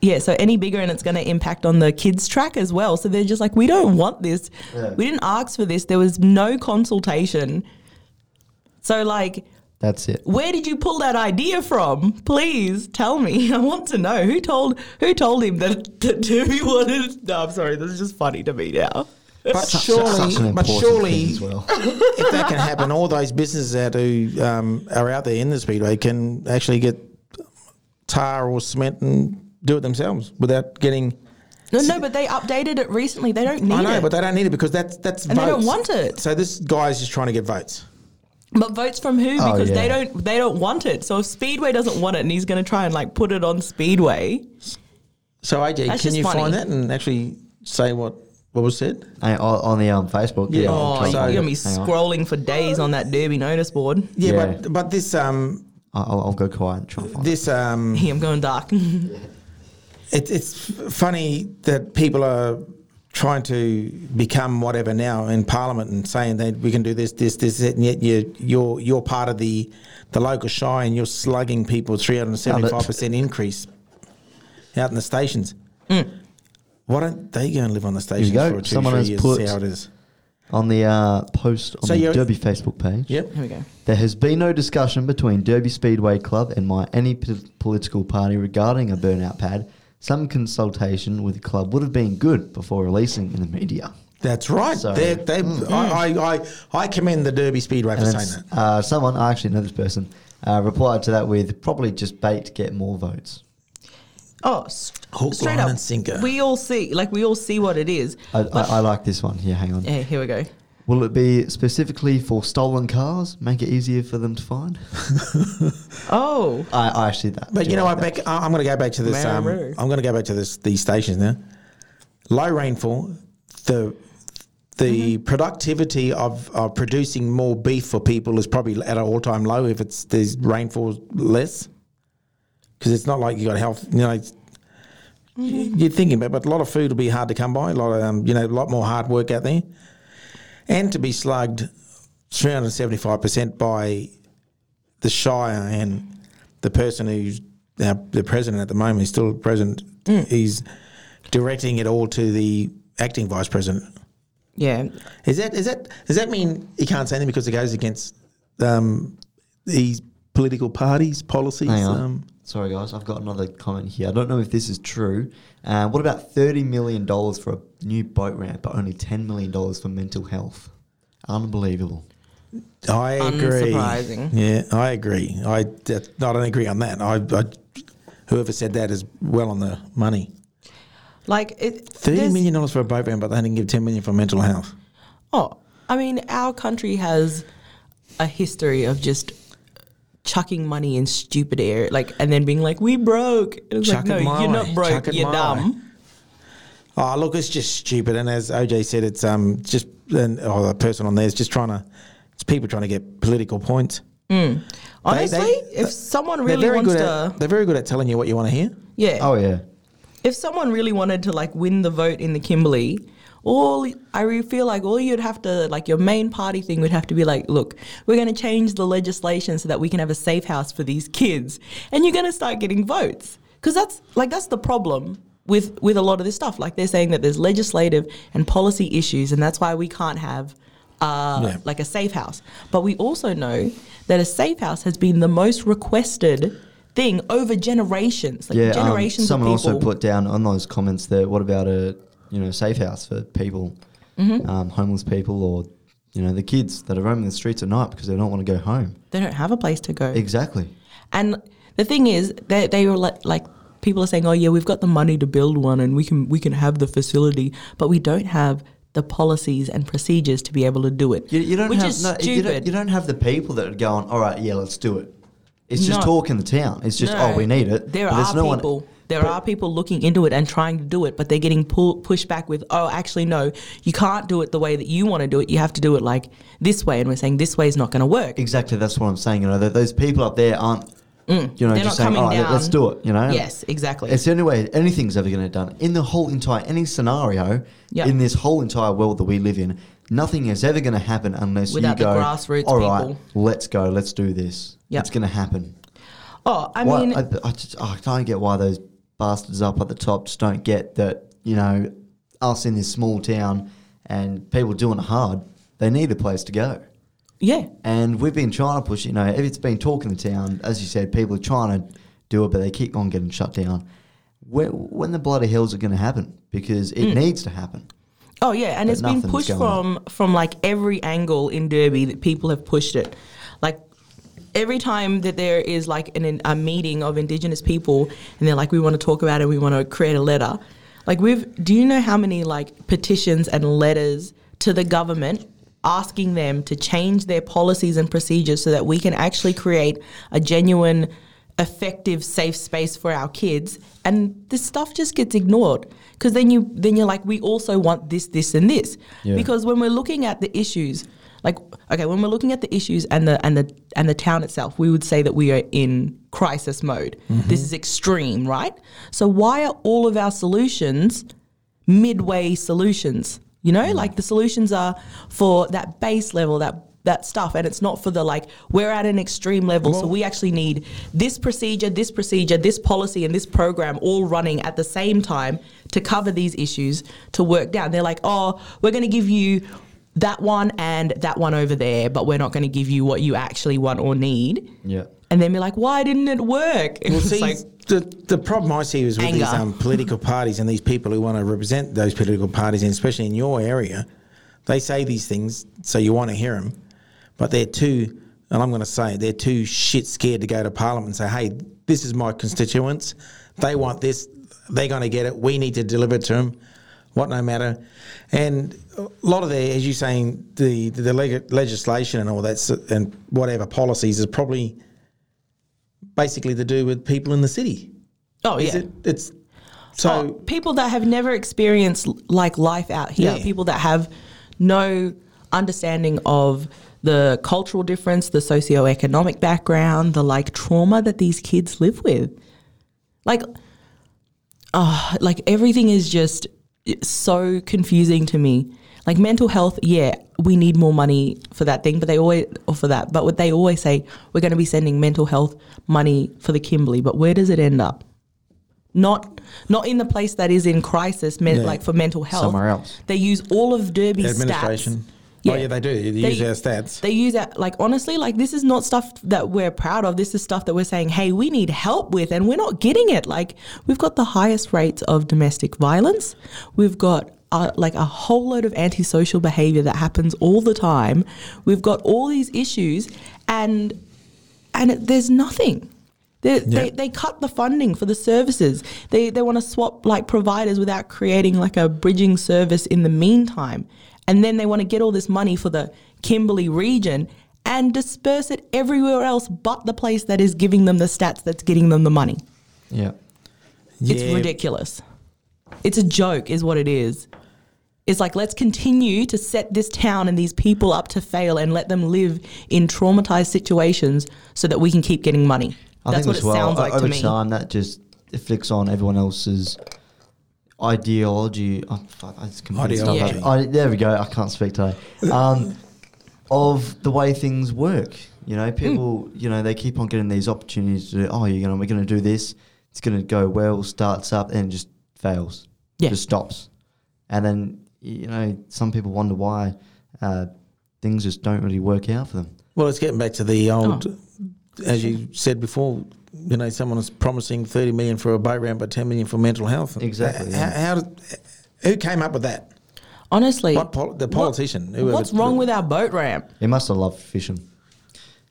Speaker 1: Yeah, so any bigger and it's gonna impact on the kids track as well. So they're just like, we don't want this.
Speaker 2: Yeah.
Speaker 1: We didn't ask for this. There was no consultation. So like,
Speaker 2: That's it."
Speaker 1: where did you pull that idea from? Please tell me. [LAUGHS] I want to know who told who told him that [LAUGHS] that he wanted. No, I'm sorry. This is just funny to me now.
Speaker 3: it. But
Speaker 2: Such-
Speaker 3: surely,
Speaker 2: such an
Speaker 3: but
Speaker 2: important
Speaker 3: surely,
Speaker 2: thing as well.
Speaker 3: if that can happen, all those businesses that who, um, are out there in the speedway can actually get tar or cement and do it themselves without getting.
Speaker 1: No, no, but they updated it recently. They don't need
Speaker 3: I know,
Speaker 1: it.
Speaker 3: but
Speaker 1: But,
Speaker 3: they don't need it because that's that's
Speaker 1: And they don't
Speaker 3: votes.
Speaker 1: want it.
Speaker 3: So this guy's just trying to get votes.
Speaker 1: votes from who?
Speaker 3: Oh,
Speaker 1: Because they
Speaker 2: yeah.
Speaker 1: don't they don't want it. So if Speedway doesn't want it, and he's going to try and like put it on Speedway.
Speaker 3: So
Speaker 1: That's
Speaker 3: AJ, can
Speaker 1: just
Speaker 3: you
Speaker 1: funny.
Speaker 3: find that and actually say what what was said?
Speaker 2: [LAUGHS] Hey, on, on the um Facebook.
Speaker 3: Yeah.
Speaker 2: I'll
Speaker 1: Oh,
Speaker 2: try and
Speaker 1: you're
Speaker 2: find
Speaker 1: gonna be
Speaker 2: it. Hang on.
Speaker 1: scrolling for days on that Derby notice board. [LAUGHS]
Speaker 3: Yeah,
Speaker 2: Yeah.
Speaker 3: but but this um
Speaker 2: I'll, I'll go quiet and try and find it.
Speaker 3: this um
Speaker 1: Yeah, I'm going dark. [LAUGHS]
Speaker 3: it, it's funny that people are trying to become whatever now in Parliament and saying that we can do this, this, this, that, and yet you're you're you're part of the the local shy and you're slugging people three hundred and seventy five percent increase out in the stations. Why don't they go and live on the stations
Speaker 2: Mm. go.
Speaker 3: for two,
Speaker 2: Someone
Speaker 3: three
Speaker 2: has
Speaker 3: years
Speaker 2: put-
Speaker 3: and see how it is?
Speaker 2: on the uh, post on
Speaker 3: So
Speaker 2: the
Speaker 3: you're-
Speaker 2: Derby Facebook page.
Speaker 3: Yep.
Speaker 1: Here we go.
Speaker 2: There has been no discussion between Derby Speedway Club and my any p- political party regarding a burnout pad. Some consultation with the club would have been good before releasing in the media.
Speaker 3: That's right.
Speaker 2: So- mm.
Speaker 3: They're, they, I, I, I, I commend the Derby Speedway for
Speaker 2: And
Speaker 3: saying
Speaker 2: then,
Speaker 3: that.
Speaker 2: uh, someone, I actually know this person, uh, replied to that with probably just bait to get more votes.
Speaker 1: Oh, st-
Speaker 3: Hook,
Speaker 1: straight
Speaker 3: line,
Speaker 1: up.
Speaker 3: and sinker.
Speaker 1: We all see, like we all see what it is.
Speaker 2: I, I, I like this one. Yeah, hang on.
Speaker 1: Yeah, here we go.
Speaker 2: Will it be specifically for stolen cars? Make it easier for them to find?
Speaker 1: Oh,
Speaker 2: I, I actually that.
Speaker 3: But
Speaker 2: do
Speaker 3: you know
Speaker 2: like
Speaker 3: what?
Speaker 2: that.
Speaker 3: Back, I- I'm going to go back to this. Um,
Speaker 1: Maru.
Speaker 3: I'm going to go back to this. These stations now. Low rainfall. The the productivity of, of producing more beef for people is probably at an all time low if it's there's rainfall less. Because it's not like you got health. You know, it's- you're thinking about, but a lot of food will be hard to come by. A lot of um, you know, a lot more hard work out there, and to be slugged 375 percent by the Shire and the person who's now the president at the moment is still president. He's directing it all to the acting vice president.
Speaker 1: yeah.
Speaker 3: Is that is that does that mean he can't say anything because it goes against um, these political parties policies?
Speaker 2: Hang on.
Speaker 3: Um,
Speaker 2: Sorry, guys, I've got another comment here. I don't know if this is true. Uh, what about $30 million for a new boat ramp, but only $10 million for mental health? Unbelievable.
Speaker 3: I agree.
Speaker 1: Unsurprising.
Speaker 3: Yeah, I agree. I that, I don't agree on that. I, I whoever said that is well on the money.
Speaker 1: Like it,
Speaker 3: Thirty
Speaker 1: there's-
Speaker 3: million dollars for a boat ramp, but they didn't give ten million for mental health.
Speaker 1: Oh, I mean, our country has a history of just chucking money in stupid air, like, and then being like, "We broke." It was
Speaker 3: Chuck it
Speaker 1: like, no,
Speaker 3: my
Speaker 1: you're
Speaker 3: way.
Speaker 1: not broke.
Speaker 3: Chuck it
Speaker 1: You're
Speaker 3: my
Speaker 1: dumb.
Speaker 3: Oh, look, it's just stupid. And as OJ said, it's um just and oh, the person on there is just trying to it's people trying to get political points.
Speaker 1: Honestly,
Speaker 3: they-
Speaker 1: if someone
Speaker 3: They're
Speaker 1: really
Speaker 3: very
Speaker 1: wants
Speaker 3: good
Speaker 1: to,
Speaker 3: at they're very good at telling you what you want to hear.
Speaker 1: yeah,
Speaker 2: Oh, yeah.
Speaker 1: if someone really wanted to like win the vote in the Kimberley all I re- feel like all you'd have to like your main party thing would have to be like, look, we're going to change the legislation so that we can have a safe house for these kids, and you're going to start getting votes because that's like that's the problem with with a lot of this stuff. Like they're saying that there's legislative and policy issues, and that's why we can't have uh,
Speaker 3: Yeah.
Speaker 1: like a safe house. But we also know that a safe house has been the most requested thing over generations, like
Speaker 2: yeah, um,
Speaker 1: generations of
Speaker 2: someone
Speaker 1: people.
Speaker 2: also put down on those comments that what about a you know safe house for people,
Speaker 3: Mm-hmm.
Speaker 2: um, homeless people, or you know the kids that are roaming the streets at night because they don't want to go home.
Speaker 1: they don't have a place to go.
Speaker 2: Exactly.
Speaker 1: And the thing is, they they were like, like people are saying, "Oh yeah, we've got the money to build one, and we can we can have the facility, but we don't have the policies and procedures to be able to do it."
Speaker 2: You, you don't
Speaker 1: which
Speaker 2: have
Speaker 1: is
Speaker 2: no, you,
Speaker 1: stupid.
Speaker 2: don't, you don't have the people that are going. All right, yeah, let's do it. It's just
Speaker 1: No.
Speaker 2: talk in the town. It's just
Speaker 1: No.
Speaker 2: oh, we need it.
Speaker 1: There
Speaker 2: but
Speaker 1: are
Speaker 2: there's no one-
Speaker 1: people. there are people looking into it and trying to do it, but they're getting pull, pushed back with, "Oh, actually, no, you can't do it the way that you want to do it. You have to do it like this way." And we're saying this way is not going to work.
Speaker 2: exactly. That's what I'm saying. You know, that those people up there aren't. you know,
Speaker 1: Mm. They're
Speaker 2: just
Speaker 1: not
Speaker 2: saying,
Speaker 1: coming
Speaker 2: all right,
Speaker 1: down.
Speaker 2: let's do it. You know.
Speaker 1: Yes, exactly.
Speaker 2: It's the only way anything's ever going to be done in the whole entire any scenario
Speaker 1: Yeah.
Speaker 2: in this whole entire world that we live in. Nothing is ever going to happen unless
Speaker 1: Without
Speaker 2: you
Speaker 1: the
Speaker 2: go.
Speaker 1: grassroots
Speaker 2: all right,
Speaker 1: people."
Speaker 2: let's go. Let's do this.
Speaker 1: Yeah.
Speaker 2: It's going to happen.
Speaker 1: oh, I
Speaker 2: Why-
Speaker 1: mean,
Speaker 2: I, I just- I can't get why those bastards up at the top just don't get that. You know, us in this small town and people doing it hard. They need a place to go.
Speaker 1: yeah,
Speaker 2: And we've been trying to push, you know, if it's been talk in the town, as you said, people are trying to do it, but they keep on getting shut down. When, when the bloody hell's it going to happen? Because it
Speaker 1: Hmm.
Speaker 2: needs to happen.
Speaker 1: Oh yeah, and
Speaker 2: But
Speaker 1: it's been
Speaker 2: nothing's
Speaker 1: pushed
Speaker 2: going
Speaker 1: from from like every angle in Derby that people have pushed it. Like every time that there is like an, a meeting of Indigenous people, and they're like, we want to talk about it, we want to create a letter. Like we've, do you know how many like petitions and letters to the government asking them to change their policies and procedures so that we can actually create a genuine effective safe space for our kids and this stuff just gets ignored because then you then you're like we also want this this and this
Speaker 2: Yeah.
Speaker 1: because when we're looking at the issues like okay when we're looking at the issues and the and the and the town itself we would say that we are in crisis mode this is extreme right so why are all of our solutions midway solutions. You know, like the solutions are for that base level, that that stuff, and it's not for the like we're at an extreme level, so
Speaker 3: Well-
Speaker 1: we actually need this procedure, this procedure, this policy, and this program all running at the same time to cover these issues to work down. They're like, oh, we're going to give you that one and that one over there, but we're not going to give you what you actually want or need.
Speaker 2: Yeah.
Speaker 1: And then be like, why didn't it work? [LAUGHS]
Speaker 3: Well,
Speaker 1: It's
Speaker 3: see,
Speaker 1: like,
Speaker 3: the, the problem I see is with these
Speaker 1: Anger.
Speaker 3: um, political parties and these people who want to represent those political parties, and especially in your area, they say these things, so you want to hear them, but they're too, and I'm going to say, it, they're too shit scared to go to Parliament and say, hey, this is my constituents. They want this. They're going to get it. We need to deliver it to them. What no matter. And a lot of the, as you're saying, the, the leg- legislation and all that, s- and whatever policies is probably basically to do with people in the city.
Speaker 1: oh yeah.
Speaker 3: Is it? It's so
Speaker 1: Oh, people that have never experienced like life out here,
Speaker 3: Yeah.
Speaker 1: people that have no understanding of the cultural difference, the socioeconomic background, the like trauma that these kids live with. Like oh, [SIGHS] like everything is just so confusing to me. Like mental health, yeah, we need more money for that thing, but they always or for that, but what they always say, we're going to be sending mental health money for the Kimberley, but where does it end up? Not not in the place that is in crisis, meant
Speaker 3: Yeah.
Speaker 1: like for mental health.
Speaker 2: Somewhere else.
Speaker 1: They use all of Derby's stats.
Speaker 3: administration. Oh yeah, they do. They, use our stats.
Speaker 1: They use that, like, honestly, like, this is not stuff that we're proud of. This is stuff that we're saying, hey, we need help with, and we're not getting it. Like, we've got the highest rates of domestic violence. We've got, uh, like, a whole load of antisocial behavior that happens all the time. We've got all these issues, and and it, there's nothing. They, they,
Speaker 3: Yeah.
Speaker 1: they cut the funding for the services. They, they want to swap like providers without creating like a bridging service in the meantime. And then they want to get all this money for the Kimberley region and disperse it everywhere else but the place that is giving them the stats that's getting them the money.
Speaker 2: Yeah.
Speaker 1: It's
Speaker 3: Yeah.
Speaker 1: ridiculous. It's a joke, is what it is. It's like, let's continue to set this town and these people up to fail and let them live in traumatized situations so that we can keep getting money.
Speaker 2: I
Speaker 1: That's
Speaker 2: think
Speaker 1: what
Speaker 2: as
Speaker 1: it
Speaker 2: well,
Speaker 1: sounds
Speaker 2: o-
Speaker 1: like to
Speaker 2: over
Speaker 1: me.
Speaker 2: time, that just it flicks on everyone else's ideology. Oh, fuck, I just completely
Speaker 3: Ideology.
Speaker 2: stuffed up. I, there we go. I can't speak today. Um, of the way things work. You know, people. You know, they keep on getting these opportunities to. do, Oh, you're gonna. We're gonna do this. It's gonna go well. Starts up and just fails.
Speaker 1: Yeah.
Speaker 2: Just stops. And then you know, some people wonder why uh, things just don't really work out for them.
Speaker 3: Well, it's getting back to the old,
Speaker 1: Oh.
Speaker 3: as you said before. You know, someone is promising thirty million for a boat ramp, but ten million for mental health.
Speaker 2: Exactly,
Speaker 3: How,
Speaker 2: yeah.
Speaker 3: how did- who came up with that?
Speaker 1: Honestly,
Speaker 3: What pol- the politician? whoever-
Speaker 1: what's wrong with our boat ramp?
Speaker 2: They must have loved fishing.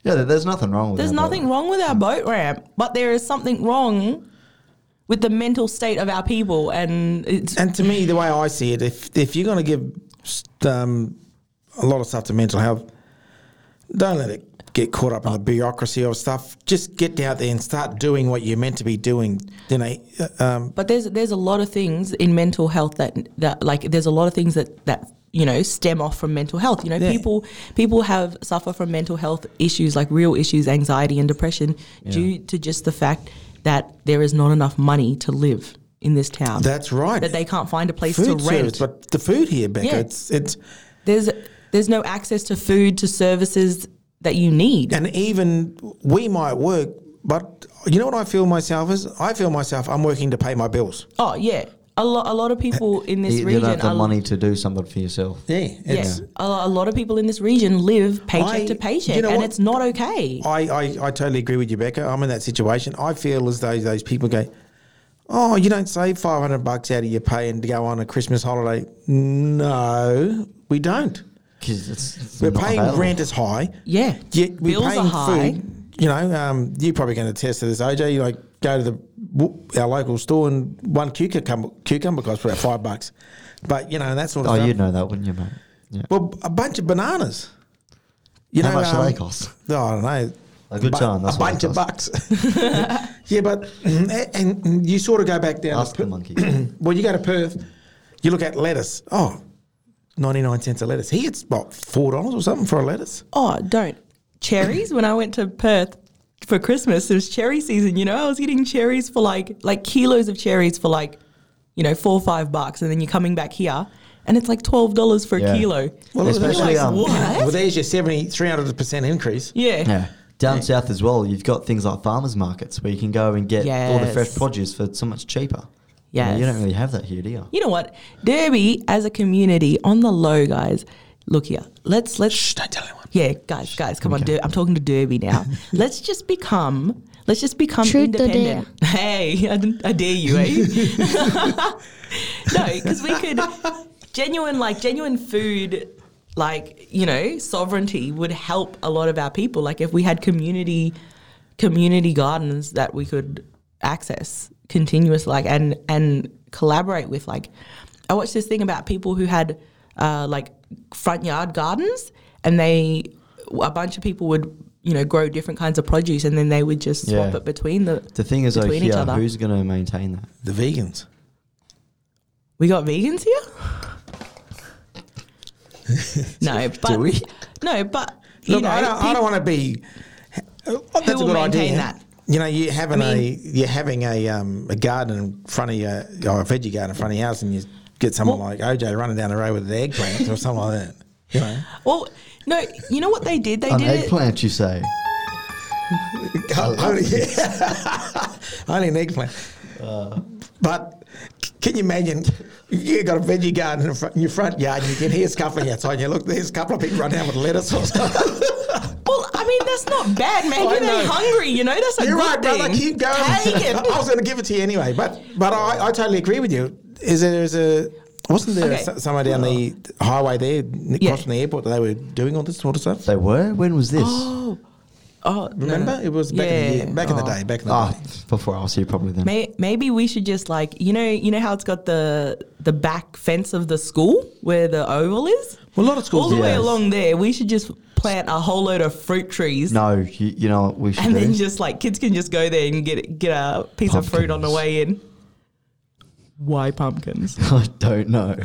Speaker 2: Yeah, there- there's nothing wrong with
Speaker 1: There's
Speaker 2: that, but-
Speaker 1: nothing wrong with our boat ramp, but there is something wrong with the mental state of our people, and it's
Speaker 3: And to me, the way I see it, if if you're going to give um, a lot of stuff to mental health, don't let it get caught up in the bureaucracy of stuff. Just get out there and start doing what you're meant to be doing. You know, uh, um,
Speaker 1: But there's there's a lot of things in mental health that that like there's a lot of things that that you know stem off from mental health. You know,
Speaker 3: Yeah.
Speaker 1: people people have suffer from mental health issues like real issues, anxiety and depression, due to just the fact that there is not enough money to live in this town.
Speaker 3: that's right.
Speaker 1: that they can't find a place
Speaker 3: food
Speaker 1: to rent.
Speaker 3: service, but the food here, Becca,
Speaker 1: Yeah.
Speaker 3: it's it's
Speaker 1: there's there's no access to food to services that you need.
Speaker 3: and even we might work, but you know what I feel myself is? I feel myself I'm working to pay my bills.
Speaker 1: Oh yeah, a lot a lot of people in this
Speaker 2: You, you
Speaker 1: region
Speaker 2: don't have the
Speaker 1: are-
Speaker 2: money to do something for yourself.
Speaker 3: Yeah,
Speaker 1: Yeah,
Speaker 3: it's
Speaker 1: a, lo- a lot of people in this region live paycheck
Speaker 3: I-
Speaker 1: to paycheck,
Speaker 3: you know
Speaker 1: and
Speaker 3: what?
Speaker 1: it's not okay.
Speaker 3: I, I, I totally agree with you, Becca. I'm in that situation. I feel as though those people go, Oh, you don't save 500 bucks out of your pay and go on a Christmas holiday. No, we don't.
Speaker 2: 'Cause it's, it's
Speaker 3: We're
Speaker 2: not
Speaker 3: paying
Speaker 2: available.
Speaker 3: rent is high.
Speaker 1: Yeah.
Speaker 3: Yet we're
Speaker 1: Bills are
Speaker 3: paying
Speaker 1: high.
Speaker 3: food. You know, um, you're probably going to attest to this, OJ. You like go to the w- our local store and one cucumber cucumber costs about five bucks, but you know and that sort of
Speaker 2: Oh,
Speaker 3: stuff.
Speaker 2: you'd know that, wouldn't you, mate? Yeah.
Speaker 3: Well, a bunch of bananas. You
Speaker 2: How
Speaker 3: know,
Speaker 2: much do
Speaker 3: um,
Speaker 2: they
Speaker 3: [COUGHS]
Speaker 2: cost?
Speaker 3: Oh, I don't know.
Speaker 2: A good
Speaker 3: Bu-
Speaker 2: time, that's
Speaker 3: a
Speaker 2: what
Speaker 3: bunch
Speaker 2: it
Speaker 3: of bucks. [LAUGHS] yeah, but mm, eh, and, and you sort of go back down.
Speaker 2: Ask the
Speaker 3: to Pe-
Speaker 2: monkey.
Speaker 3: [COUGHS] [CLEARS THROAT] well, you go to Perth, you look at lettuce. Oh, 99 cents a lettuce. Here it's about four dollars or something for a lettuce.
Speaker 1: Oh, don't cherries. when I went to Perth for Christmas, it was cherry season. You know, I was getting cherries for like like kilos of cherries for like you know four or five bucks, and then you're coming back here, and it's like twelve dollars for
Speaker 2: Yeah.
Speaker 1: a kilo.
Speaker 3: Well,
Speaker 2: Especially,
Speaker 1: You're like,
Speaker 2: um,
Speaker 1: what?
Speaker 3: Well, there's your 70, 300% increase.
Speaker 1: Yeah.
Speaker 2: yeah. Down south as well, you've got things like farmers markets where you can go and get all the fresh
Speaker 1: Yes.
Speaker 2: produce for so much cheaper. You know, You,
Speaker 1: Yes.
Speaker 2: don't really have that here, do you?
Speaker 1: You know what, Derby as a community on the low, guys. Look here. Let's let's
Speaker 3: Shh, don't tell anyone.
Speaker 1: Yeah, guys, guys, come on. Der- I'm talking to Derby
Speaker 3: [LAUGHS]
Speaker 1: now. let's just become. Let's just become
Speaker 4: Truth or
Speaker 1: independent. [LAUGHS] Hey, I, didn't- I dare you, eh? no, because we could genuine like genuine food. Like you know, sovereignty would help a lot of our people. Like if we had community community gardens that we could access continuous, like and and collaborate with. Like I watched this thing about people who had uh, like front yard gardens, and they a bunch of people would you know grow different kinds of produce, and then they would just swap
Speaker 2: Yeah.
Speaker 1: it between the.
Speaker 2: The thing is, though,
Speaker 1: Between each
Speaker 2: here,
Speaker 1: other.
Speaker 2: who's going to maintain that?
Speaker 3: The vegans.
Speaker 1: We got vegans
Speaker 3: [LAUGHS]
Speaker 1: here? no, but
Speaker 2: we?
Speaker 1: no, but you
Speaker 3: Look,
Speaker 1: know,
Speaker 3: I, don't, I don't want to be. Oh, that's
Speaker 1: will
Speaker 3: a good
Speaker 1: maintain
Speaker 3: idea.
Speaker 1: that?
Speaker 3: You know, you having
Speaker 1: I mean-
Speaker 3: a you're having a um, a garden in front of your or a veggie garden in front of your house, and you get someone like OJ running down the road with an eggplant or something like that.
Speaker 1: [LAUGHS]
Speaker 3: You know,
Speaker 1: people- well, no, you know what they did? They
Speaker 2: An
Speaker 1: did it.
Speaker 2: eggplant, you say?
Speaker 1: Oh,
Speaker 3: only, [LAUGHS] only an eggplant. but c- can you imagine? You got a veggie garden in, front, in your front yard, and you can hear scuffling outside. You look, there's a couple of people running out with lettuce or something.
Speaker 1: Well, I mean, that's not bad.
Speaker 3: I
Speaker 1: Maybe they're
Speaker 3: know.
Speaker 1: hungry. You know, that's a
Speaker 3: You're
Speaker 1: good
Speaker 3: right,
Speaker 1: thing.
Speaker 3: brother. Keep going.
Speaker 1: Take
Speaker 3: [LAUGHS] I
Speaker 1: it.
Speaker 3: was going to give it to you anyway, but but I, I totally agree with you. Is there is a wasn't there
Speaker 1: Okay.
Speaker 3: so- somewhere down the highway there n-
Speaker 1: Yeah.
Speaker 3: across from the airport that they were doing all this sort of stuff?
Speaker 2: They were? When was this?
Speaker 1: [GASPS] Oh, no,
Speaker 3: Remember,
Speaker 1: no.
Speaker 3: it was back in the year,
Speaker 1: Yeah.
Speaker 3: back in the
Speaker 1: Oh.
Speaker 3: day, back in the
Speaker 2: Ah,
Speaker 3: day.
Speaker 2: before I was here, probably then.
Speaker 1: May, maybe we should just like you know you know how it's got the the back fence of the school where the oval is.
Speaker 3: Well, a lot of schools
Speaker 1: all the
Speaker 3: do
Speaker 1: way
Speaker 2: that.
Speaker 1: along there. We should just plant a whole load of fruit trees.
Speaker 2: No, you, you know what we should
Speaker 1: And
Speaker 2: do?
Speaker 1: then just like kids can just go there and get get a piece of fruit on the
Speaker 2: Pumpkins.
Speaker 1: way in. Why pumpkins?
Speaker 2: I don't know.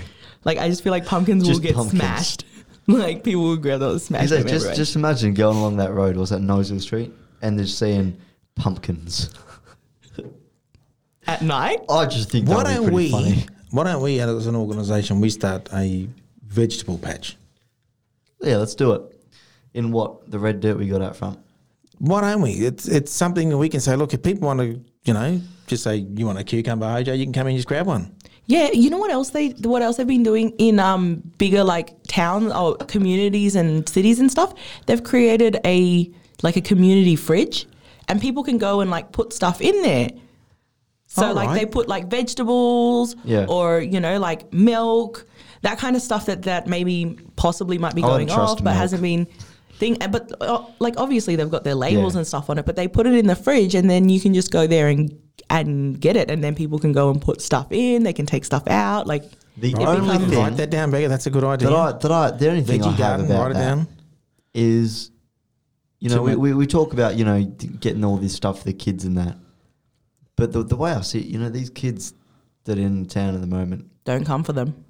Speaker 1: Like I just feel like pumpkins
Speaker 2: Just
Speaker 1: will get
Speaker 2: pumpkins.
Speaker 1: smashed. [LAUGHS] Like people will grab those smash
Speaker 2: Is
Speaker 1: them
Speaker 2: that just,
Speaker 1: everywhere.
Speaker 2: just imagine going along that road, was that Nosley Street, and just seeing pumpkins.
Speaker 1: at night.
Speaker 2: I just think
Speaker 3: Why
Speaker 2: that would be
Speaker 3: don't we?
Speaker 2: pretty funny.
Speaker 3: why don't we, as an organisation, we start a vegetable patch?
Speaker 2: Yeah, let's do it. In what the red dirt we got out front.
Speaker 3: Why don't we? It's it's something that we can say. Look, if people want to, you know, just say you want a cucumber, OJ, you can come in and just grab one.
Speaker 1: Yeah, you know what else they what else they've been doing in um bigger like towns or communities and cities and stuff? They've created a like a community fridge and people can go and like put stuff in there. So
Speaker 3: All
Speaker 1: like
Speaker 3: right.
Speaker 1: they put like vegetables
Speaker 2: Yeah.
Speaker 1: or you know like milk, that kind of stuff that that maybe possibly might be
Speaker 2: I wouldn't
Speaker 1: going off
Speaker 2: trust
Speaker 1: but
Speaker 2: milk.
Speaker 1: hasn't been thing and- but uh, like obviously they've got their labels
Speaker 2: Yeah.
Speaker 1: and stuff on it but they put it in the fridge and then you can just go there and and get it and then people can go and put stuff in they can take stuff out like
Speaker 2: The
Speaker 1: Right.
Speaker 2: only
Speaker 1: becomes-
Speaker 2: thing
Speaker 3: Write that down, Beggar. That's a good idea.
Speaker 2: that I that I the only thing I
Speaker 3: Veggie
Speaker 2: have
Speaker 3: garden. Write
Speaker 2: about
Speaker 3: it
Speaker 2: that
Speaker 3: down.
Speaker 2: is, you know,
Speaker 3: Too
Speaker 2: we,
Speaker 3: many-
Speaker 2: we, we talk about, you know, d- getting all this stuff for the kids and that. But the, the way I see it, you know, these kids that are in town at the moment,
Speaker 1: don't come for them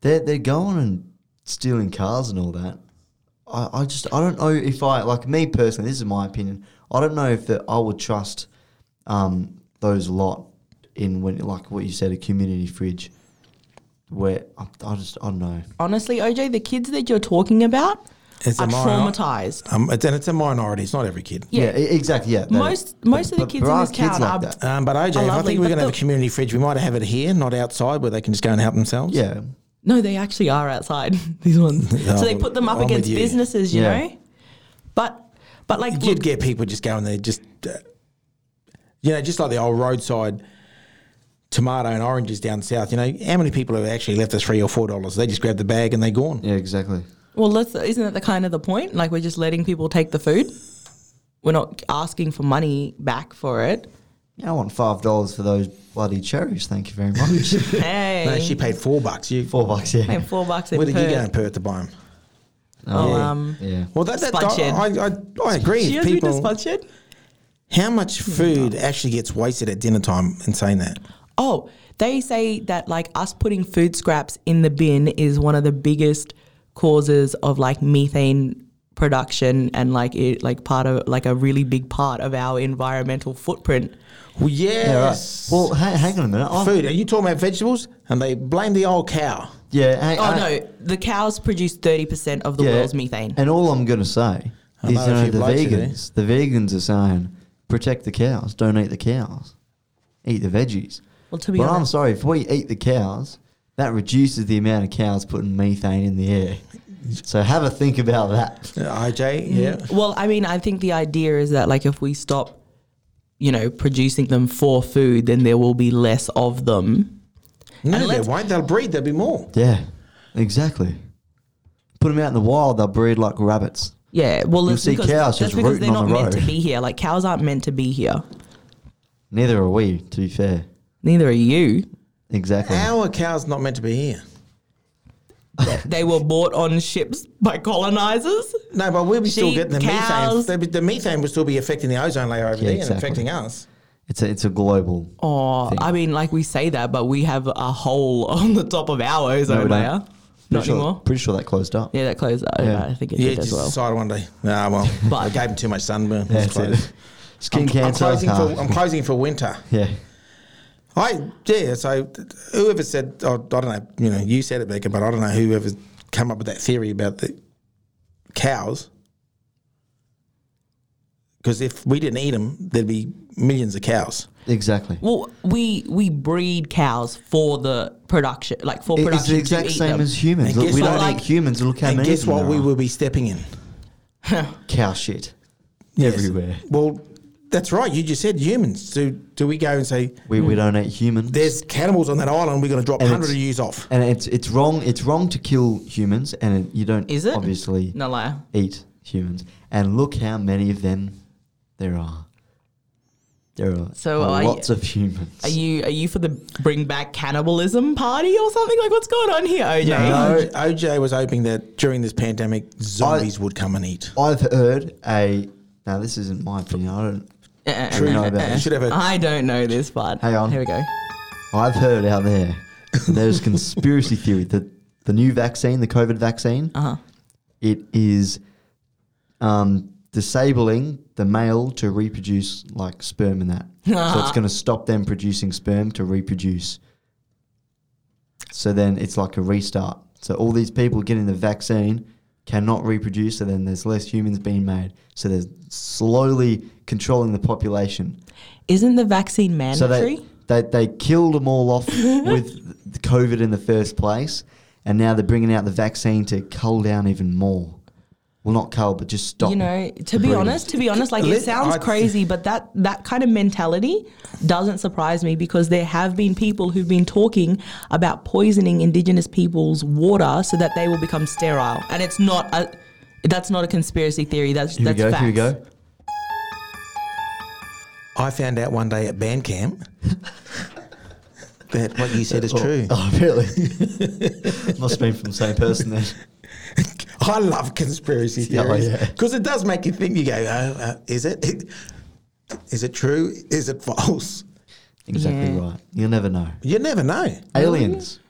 Speaker 2: they're, they're going and stealing cars and all that. I, I just, I don't know if I, like me personally, this is my opinion, I don't know if that I would trust um, those lot in when, like what you said, a community fridge where I, I just, I don't know.
Speaker 1: honestly oj the kids that you're talking about
Speaker 3: It's
Speaker 1: are
Speaker 3: a minor-
Speaker 1: traumatized
Speaker 3: Um, it's, and it's a minority. It's not every kid.
Speaker 1: Yeah.
Speaker 2: Yeah, e- exactly. Yeah, that-
Speaker 1: Most- most of the kids
Speaker 2: there
Speaker 1: in
Speaker 2: are
Speaker 1: this
Speaker 2: kids
Speaker 1: town are-
Speaker 2: that.
Speaker 3: Um, but OJ,
Speaker 1: Oh,
Speaker 3: if I
Speaker 1: lovely,
Speaker 3: think we're
Speaker 1: but
Speaker 3: going to have a
Speaker 1: the-
Speaker 3: community fridge. We might have it here, not outside, where they can just go and help themselves.
Speaker 2: Yeah,
Speaker 1: no they actually are outside [LAUGHS] these
Speaker 3: [LAUGHS]
Speaker 1: ones
Speaker 3: Oh,
Speaker 1: so they put them up
Speaker 3: I'm with
Speaker 1: against
Speaker 3: you.
Speaker 1: businesses you
Speaker 2: Yeah.
Speaker 1: know but but like
Speaker 3: You'd get people just going there, just uh, you know, just like the old roadside tomato and oranges down south. You know, how many people have actually left us three or four dollars? They just grab the bag and they gone.
Speaker 2: yeah, exactly.
Speaker 1: Well, let's, isn't that the kind of the point? Like we're just letting people take the food. We're not asking for money back for it.
Speaker 2: Yeah, I want five dollars for those bloody cherries. Thank you very
Speaker 3: [LAUGHS]
Speaker 2: much.
Speaker 1: Hey,
Speaker 3: [LAUGHS] No, she paid four bucks. You,
Speaker 2: Four bucks. Yeah.
Speaker 1: Paying four bucks in
Speaker 3: where did you go
Speaker 1: Perth.
Speaker 3: in Perth to buy them?
Speaker 1: Oh,
Speaker 2: yeah.
Speaker 1: um,
Speaker 2: yeah.
Speaker 3: Well, that, that
Speaker 1: Spudshed.
Speaker 3: I, I, I agree.
Speaker 1: She has been
Speaker 3: people,
Speaker 1: sponsored.
Speaker 3: how much food actually gets wasted at dinner time? And saying that,
Speaker 1: Oh, they say that like us putting food scraps in the bin is one of the biggest causes of like methane production and like it like part of like a really big part of our environmental footprint.
Speaker 3: well,
Speaker 2: Yeah, right.
Speaker 3: yes.
Speaker 2: Well, ha- hang on a minute. I-
Speaker 3: food. Are you talking about vegetables? And they blame the old cow.
Speaker 2: Yeah.
Speaker 3: Uh,
Speaker 2: uh, hang-
Speaker 1: Oh
Speaker 2: I-
Speaker 1: no, the cows produce thirty percent of the
Speaker 2: yeah.
Speaker 1: world's methane.
Speaker 2: And all I'm gonna say
Speaker 3: I
Speaker 2: is, you
Speaker 3: know if
Speaker 2: know,
Speaker 3: you'd
Speaker 2: the
Speaker 3: like to, eh? do.
Speaker 2: vegans, the vegans are saying, protect the cows. Don't eat the cows. Eat the veggies.
Speaker 1: Well, to be
Speaker 2: but I'm
Speaker 1: honest,
Speaker 2: sorry, if we eat the cows, that reduces the amount of cows putting methane in the air. So have a think about that.
Speaker 3: Uh, IJ, yeah.
Speaker 1: Well, I mean, I think the idea is that like if we stop, you know, producing them for food, then there will be less of them.
Speaker 3: No,
Speaker 1: And
Speaker 3: they
Speaker 1: let's-
Speaker 3: won't. They'll breed. There'll be more.
Speaker 2: Yeah, exactly. Put them out in the wild, they'll breed like rabbits.
Speaker 1: Yeah. Well,
Speaker 2: You'll
Speaker 1: it's
Speaker 2: see
Speaker 1: because,
Speaker 2: cows
Speaker 1: that's
Speaker 2: just
Speaker 1: because
Speaker 2: rooting
Speaker 1: they're
Speaker 2: on
Speaker 1: not
Speaker 2: the
Speaker 1: meant to
Speaker 2: road.
Speaker 1: be here. Like cows aren't meant to be here.
Speaker 2: Neither are we, to be fair.
Speaker 1: Neither are you.
Speaker 2: Exactly.
Speaker 3: How are cows not meant to be here?
Speaker 1: they
Speaker 2: [LAUGHS]
Speaker 1: were bought on ships by colonizers.
Speaker 3: No, but we'll be still
Speaker 1: Sheep,
Speaker 3: getting the
Speaker 1: cows.
Speaker 3: methane. The, the methane will still be affecting the ozone layer over
Speaker 2: Yeah,
Speaker 3: there
Speaker 2: exactly.
Speaker 3: and affecting us.
Speaker 2: It's a it's a global.
Speaker 1: Oh, I mean, like we say that, but we have a hole [LAUGHS] on the top of our ozone
Speaker 2: we don't.
Speaker 1: layer.
Speaker 2: Pretty
Speaker 1: Not
Speaker 2: sure,
Speaker 1: anymore.
Speaker 2: Pretty sure that closed up.
Speaker 1: Yeah, that closed. I-
Speaker 2: Yeah.
Speaker 1: I think it
Speaker 3: Yeah,
Speaker 1: did
Speaker 3: just
Speaker 1: as well.
Speaker 3: decided one day. Ah, well,
Speaker 1: But-
Speaker 3: I gave him too much sunburn.
Speaker 2: Yeah, that's
Speaker 3: It's closed.
Speaker 2: it. [LAUGHS] Skin
Speaker 3: I'm
Speaker 2: cancer.
Speaker 3: closing,
Speaker 2: huh?
Speaker 3: for, I'm closing for winter.
Speaker 2: yeah.
Speaker 3: I yeah. So whoever said, oh, I don't know. You know, you said it, Becca, but I don't know whoever's come up with that theory about the cows. Because if we didn't eat them, there'd be millions of cows.
Speaker 2: Exactly.
Speaker 1: Well, we we breed cows for the production, like for
Speaker 2: It- it's
Speaker 1: production.
Speaker 2: the
Speaker 1: to
Speaker 2: exact
Speaker 1: eat
Speaker 2: same
Speaker 1: them.
Speaker 2: as humans.
Speaker 3: And
Speaker 2: Look,
Speaker 3: guess
Speaker 2: we
Speaker 1: what?
Speaker 2: don't
Speaker 1: Like-
Speaker 2: eat humans. Look how
Speaker 3: and
Speaker 2: many.
Speaker 3: guess
Speaker 2: of them
Speaker 3: what?
Speaker 2: there
Speaker 3: We
Speaker 2: are.
Speaker 3: will be stepping in
Speaker 2: cow shit.
Speaker 3: Yes.
Speaker 2: Everywhere.
Speaker 3: Well, that's right. You just said humans. Do do we go and say
Speaker 2: We, we don't eat humans.
Speaker 3: there's cannibals on that island? We're going to drop
Speaker 2: And
Speaker 3: hundred
Speaker 2: it's-
Speaker 3: of yous off.
Speaker 2: and it's it's wrong. It's wrong to kill humans, and it, you don't
Speaker 1: Is it?
Speaker 2: obviously
Speaker 1: No liar.
Speaker 2: eat humans. And look how many of them there are. There are,
Speaker 1: So
Speaker 2: are
Speaker 1: are you-
Speaker 2: lots of humans.
Speaker 1: Are you are you for the bring back cannibalism party or something? Like what's going on here, OJ?
Speaker 3: No, OJ was hoping that during this pandemic, zombies would come and eat.
Speaker 2: I've heard a. Now this isn't my opinion. I don't.
Speaker 1: Uh,
Speaker 2: True. Know about
Speaker 3: You
Speaker 2: it.
Speaker 3: should have a
Speaker 1: I don't know this part.
Speaker 2: Hang on.
Speaker 1: Here we go.
Speaker 2: Oh, I've heard out there. There's conspiracy theory that the new vaccine, the COVID vaccine,
Speaker 1: Uh-huh.
Speaker 2: it is um, disabling the male to reproduce like sperm and that. so it's going to stop them producing sperm to reproduce. So then it's like a restart. So all these people getting the vaccine cannot reproduce, so then there's less humans being made. So they're slowly controlling the population.
Speaker 1: Isn't the vaccine
Speaker 2: So
Speaker 1: mandatory?
Speaker 2: they, they they killed them
Speaker 1: [LAUGHS]
Speaker 2: all off with the COVID in the first place, and now they're bringing out the vaccine to cull down even more. Well, not cull, but just stop.
Speaker 1: you know, to be
Speaker 2: breeding.
Speaker 1: honest, to be honest, like it
Speaker 3: Let-
Speaker 1: sounds
Speaker 3: I-
Speaker 1: crazy, but that that kind of mentality doesn't surprise me because there have been people who've been talking about poisoning indigenous people's water so that they will become sterile, and it's not a that's not a conspiracy theory. That's
Speaker 2: Here
Speaker 1: that's
Speaker 2: we go.
Speaker 1: facts.
Speaker 2: Here we go.
Speaker 3: I found out one day at band camp that what you said
Speaker 2: [LAUGHS]
Speaker 3: is true.
Speaker 2: Oh, really? [LAUGHS] Must have been from the same person then.
Speaker 3: I love conspiracy
Speaker 2: Yeah, oh,
Speaker 3: theories
Speaker 2: yeah.
Speaker 3: because it does make you think. You go, oh, uh, is it? Is it true? Is it false?
Speaker 2: Exactly
Speaker 1: Yeah.
Speaker 2: right. You'll never know.
Speaker 3: You never know.
Speaker 2: Aliens.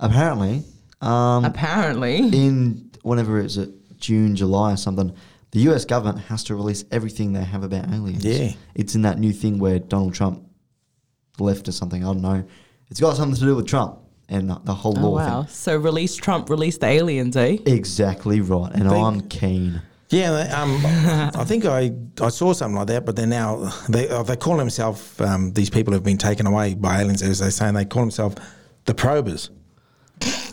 Speaker 2: Apparently, um,
Speaker 1: Apparently,
Speaker 2: in whenever it's uh, June, July, or something, the U.S. government has to release everything they have about aliens.
Speaker 3: Yeah.
Speaker 2: it's in that new thing where Donald Trump left or something. I don't know. It's got something to do with Trump and the- the whole
Speaker 1: oh
Speaker 2: law
Speaker 1: wow! So release Trump, release the aliens, eh?
Speaker 2: thing. Exactly right, and I'm keen.
Speaker 3: Yeah, um, I think I, I saw something like that, but they're now they uh, they call themselves um, these people have been taken away by aliens as they say, and they call themselves the probers. [LAUGHS]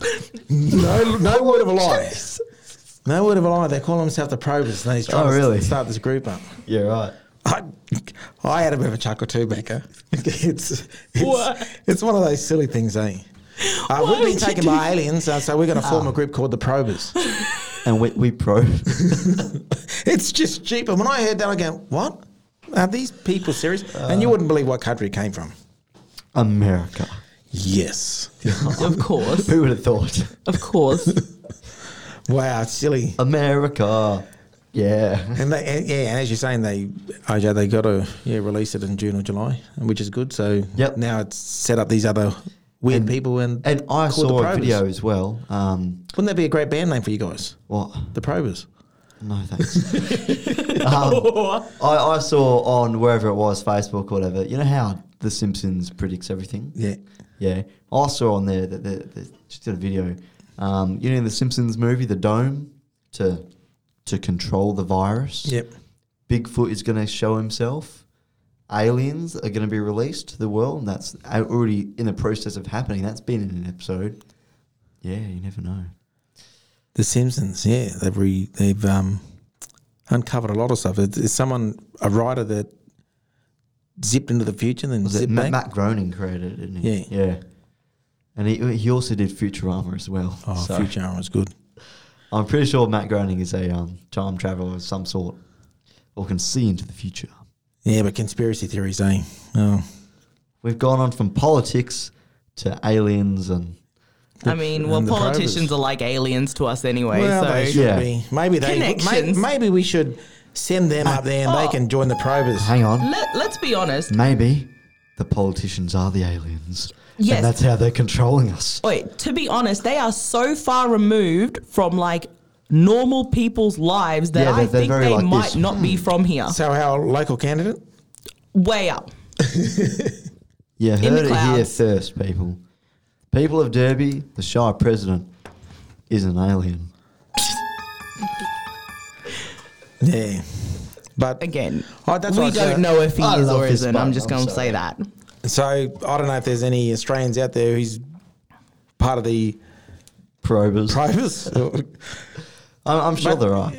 Speaker 3: no, no word of a lie. No word of a lie. They call themselves the probers, and they try
Speaker 2: Oh,
Speaker 3: to
Speaker 2: really?
Speaker 3: start this group up.
Speaker 2: Yeah, right.
Speaker 3: I, I had a bit of a chuckle too, Becca. [LAUGHS] It's
Speaker 1: What?
Speaker 3: it's, it's one of those silly things, eh?
Speaker 1: Why
Speaker 3: Uh, we've been
Speaker 1: would you
Speaker 3: taken
Speaker 1: do Ah.
Speaker 3: by aliens, uh, so we're going to form a group called the Probers.
Speaker 2: And we, we probe.
Speaker 3: [LAUGHS] it's just cheap. And when I heard that, I go, "What? Are these people serious?" and you wouldn't believe what country it came from.
Speaker 2: [LAUGHS] America.
Speaker 3: Yes.
Speaker 1: of course,
Speaker 2: Who would have thought?
Speaker 1: of course.
Speaker 3: [LAUGHS]
Speaker 2: [LAUGHS]
Speaker 3: wow, silly.
Speaker 2: America. Yeah.
Speaker 3: And they, and- yeah, and as you're saying, they, OJ, they got to yeah release it in June or July, which is good. So
Speaker 2: Yep.
Speaker 3: now it's set up these other weird people and
Speaker 2: And I
Speaker 3: called
Speaker 2: saw
Speaker 3: the
Speaker 2: a
Speaker 3: Probers.
Speaker 2: video as well. Um,
Speaker 3: Wouldn't that be a great band name for you guys?
Speaker 2: what?
Speaker 3: The Probers.
Speaker 2: No, thanks. um, I, I saw on wherever it was, Facebook or whatever, you know how The Simpsons predicts everything?
Speaker 3: Yeah.
Speaker 2: Yeah. I saw on there that they, they just did a video. Um, you know, in The Simpsons movie, The Dome, to to control the virus.
Speaker 3: Yep.
Speaker 2: Bigfoot is going to show himself. Aliens are going to be released to the world, and that's a- already in the process of happening. That's been in an episode. Yeah, you never know.
Speaker 3: The Simpsons. Yeah, they've re, they've um, uncovered a lot of stuff. Is is someone a writer that zipped into the future and then
Speaker 2: Was it
Speaker 3: zipped
Speaker 2: Ma-
Speaker 3: back?
Speaker 2: Matt Groening created it, didn't he? Yeah. Yeah. And he, he also did Futurama as well.
Speaker 3: oh,
Speaker 2: so
Speaker 3: Futurama was good.
Speaker 2: I'm pretty sure Matt Groening is a um, time traveler of some sort or can see into the future.
Speaker 3: Yeah, but conspiracy theories, eh? Oh,
Speaker 2: We've gone on from politics to aliens and
Speaker 1: I mean, well,
Speaker 3: And the
Speaker 1: politicians
Speaker 3: probers.
Speaker 1: are like aliens to us anyway.
Speaker 3: well,
Speaker 1: so
Speaker 3: they should
Speaker 2: Yeah.
Speaker 3: be. Maybe they. May,
Speaker 1: Connections.
Speaker 3: maybe we should send them up there
Speaker 2: Oh.
Speaker 3: and they can join the probers.
Speaker 2: hang on,
Speaker 1: Let, let's be honest.
Speaker 2: maybe the politicians are the aliens.
Speaker 1: Yes.
Speaker 2: And that's how they're controlling us.
Speaker 1: Wait, to be honest, they are so far removed from like normal people's lives that
Speaker 2: Yeah, they're-
Speaker 1: I
Speaker 2: they're
Speaker 1: think
Speaker 2: very
Speaker 1: they
Speaker 2: like
Speaker 1: might
Speaker 2: this. Hmm.
Speaker 1: not be from here.
Speaker 3: So our local candidate.
Speaker 1: Way up.
Speaker 2: Yeah,
Speaker 1: the
Speaker 2: heard it here
Speaker 1: clouds.
Speaker 2: first, people. People of Derby, the Shire president is an alien.
Speaker 3: Yeah. But
Speaker 1: Again,
Speaker 3: Oh, that's
Speaker 1: we
Speaker 3: what I said.
Speaker 1: don't know if he
Speaker 2: I
Speaker 1: is
Speaker 2: love
Speaker 1: or
Speaker 2: his
Speaker 1: isn't. I'm
Speaker 2: button,
Speaker 1: just
Speaker 2: I'm
Speaker 1: going to
Speaker 2: sorry.
Speaker 1: say that.
Speaker 3: so I don't know if there's any Australians out there who's part of the
Speaker 2: Probers.
Speaker 3: probers.
Speaker 2: [LAUGHS] I'm, I'm sure
Speaker 3: But-
Speaker 2: there are.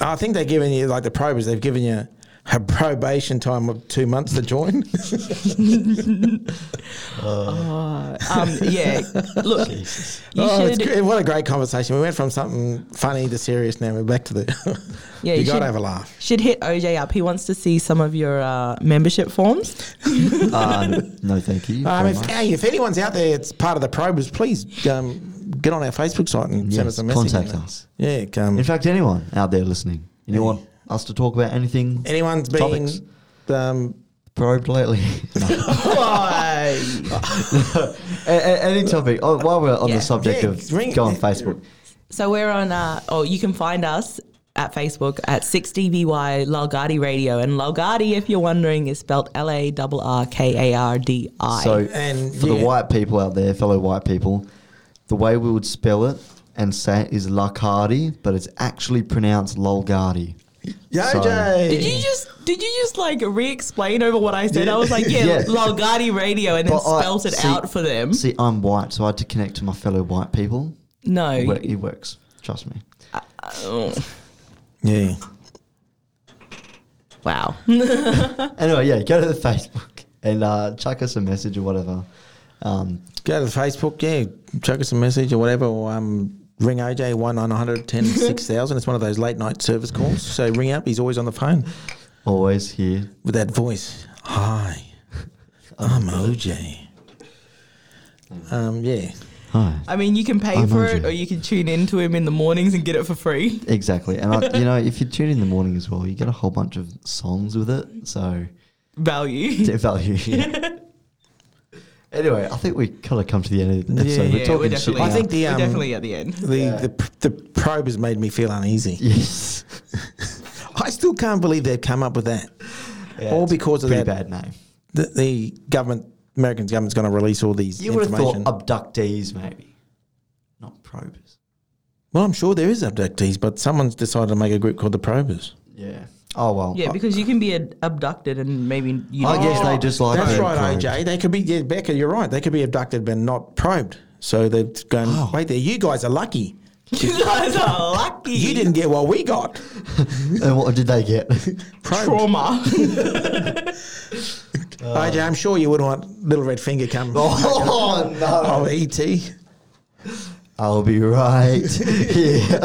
Speaker 3: I think they're giving you like the probers. They've given you a probation time of two months to join.
Speaker 1: Um, yeah,
Speaker 2: [LAUGHS]
Speaker 1: look, you
Speaker 3: oh, it's
Speaker 1: should.
Speaker 3: great. what a great conversation! We went from something funny to serious. Now we're back to the. [LAUGHS]
Speaker 1: Yeah,
Speaker 3: you,
Speaker 1: you
Speaker 3: got
Speaker 1: should-
Speaker 3: to have a laugh.
Speaker 1: Should hit OJ up. He wants to see some of your uh, membership forms.
Speaker 2: Uh,
Speaker 1: [LAUGHS]
Speaker 2: no, thank you.
Speaker 3: Um,
Speaker 2: very
Speaker 3: if,
Speaker 2: much.
Speaker 3: hey, if anyone's out there, it's part of the probers. Please um, get on our Facebook site and
Speaker 2: Yes,
Speaker 3: send us a message.
Speaker 2: contact us.
Speaker 3: Yeah. Um,
Speaker 2: In fact, anyone out there listening, you
Speaker 3: Yeah.
Speaker 2: want us to talk about anything
Speaker 3: anyone's been
Speaker 2: Topics.
Speaker 3: um,
Speaker 2: probed lately? [LAUGHS] No.
Speaker 3: [LAUGHS]
Speaker 1: Why?
Speaker 2: A- a- any topic. Oh, while we're on
Speaker 1: Yeah.
Speaker 2: the subject
Speaker 3: Yeah,
Speaker 2: of
Speaker 3: ring-
Speaker 2: go on Facebook,
Speaker 1: So we're on. Uh, oh, you can find us at Facebook at 6DBY Lalgadi Radio. And Lalgadi, if you're wondering, is spelled L A R R K A R D I.
Speaker 2: So
Speaker 3: And,
Speaker 2: for
Speaker 3: yeah.
Speaker 2: the white people out there, fellow white people, the way we would spell it and say it is Lacardi, but it's actually pronounced Lolgardi.
Speaker 3: Yay!
Speaker 1: did you just did you just like re-explain over what I said? I was
Speaker 2: [LAUGHS]
Speaker 1: like, yeah,
Speaker 2: Yeah.
Speaker 1: Lalgadi Radio, and then
Speaker 2: But I-
Speaker 1: spelt it
Speaker 2: see-
Speaker 1: out for them.
Speaker 2: See, I'm white, so I had to connect to my fellow white people.
Speaker 1: no,
Speaker 2: It, wor- it works. Trust me.
Speaker 1: oh,
Speaker 3: Yeah.
Speaker 1: wow.
Speaker 2: Anyway, yeah, go to the [LAUGHS] Facebook and uh, chuck us a message or whatever. Um,
Speaker 3: Go to the Facebook, yeah, chuck us a message or whatever, or um, ring OJ one nine hundred ten six thousand. It's one of those late night service calls, so ring up. He's always on the phone
Speaker 2: always here.
Speaker 3: with that voice. Hi, I'm OJ. Um, yeah,
Speaker 2: Hi.
Speaker 1: I mean, you can pay
Speaker 2: I'm
Speaker 1: for
Speaker 2: OJ.
Speaker 1: it, or you can tune into him in the mornings and get it for free. [LAUGHS]
Speaker 2: Exactly. And, I, you know, if you tune in the morning as well, you get a whole bunch of songs with it. So, [LAUGHS]
Speaker 1: Value.
Speaker 2: dear value. yeah. anyway, I think we kind of come to the end of the
Speaker 3: Yeah,
Speaker 2: episode.
Speaker 1: yeah, we're
Speaker 2: talking shit
Speaker 1: definitely.
Speaker 3: I
Speaker 2: now.
Speaker 3: think the,
Speaker 1: we're
Speaker 3: um,
Speaker 1: definitely at the end.
Speaker 3: the
Speaker 2: Yeah.
Speaker 3: the pr- the probe has made me feel uneasy.
Speaker 2: Yes.
Speaker 3: I still can't believe they've come up with that.
Speaker 2: Yeah,
Speaker 3: all
Speaker 2: it's
Speaker 3: because of
Speaker 2: pretty bad
Speaker 3: that,
Speaker 2: name.
Speaker 3: The, the government, American government's going to release all these
Speaker 2: You would have thought
Speaker 3: information.
Speaker 2: abductees, maybe, not probers.
Speaker 3: well, I'm sure there is abductees, but someone's decided to make a group called the Probers.
Speaker 2: Yeah. Oh well.
Speaker 1: Yeah, because you can be ad- abducted and maybe you.
Speaker 2: I
Speaker 1: don't
Speaker 2: guess
Speaker 1: get
Speaker 2: they
Speaker 1: it.
Speaker 2: just like
Speaker 3: That's
Speaker 2: being
Speaker 3: right,
Speaker 2: probed.
Speaker 3: OJ. They could be, yeah, Becca, you're right. They could be abducted but not probed. So they've gone,
Speaker 2: Oh.
Speaker 3: wait there, you guys are lucky.
Speaker 1: You guys are lucky.
Speaker 3: You didn't get what we got.
Speaker 2: And what did they get?
Speaker 3: Probed.
Speaker 1: trauma.
Speaker 3: OJ, I'm sure you wouldn't want Little Red Finger come.
Speaker 2: [LAUGHS] oh no!
Speaker 3: Oh, E.T.
Speaker 2: I'll be right here.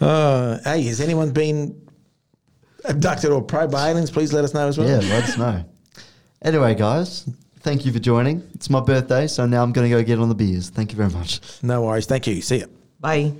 Speaker 2: Oh.
Speaker 3: Uh, hey, has anyone been abducted or probed by aliens? Please let us know as well.
Speaker 2: yeah, let us know. Anyway, guys, thank you for joining. It's my birthday, so now I'm going to go get on the beers. Thank you very much.
Speaker 3: No worries. Thank you. See ya.
Speaker 1: [LAUGHS] Bye.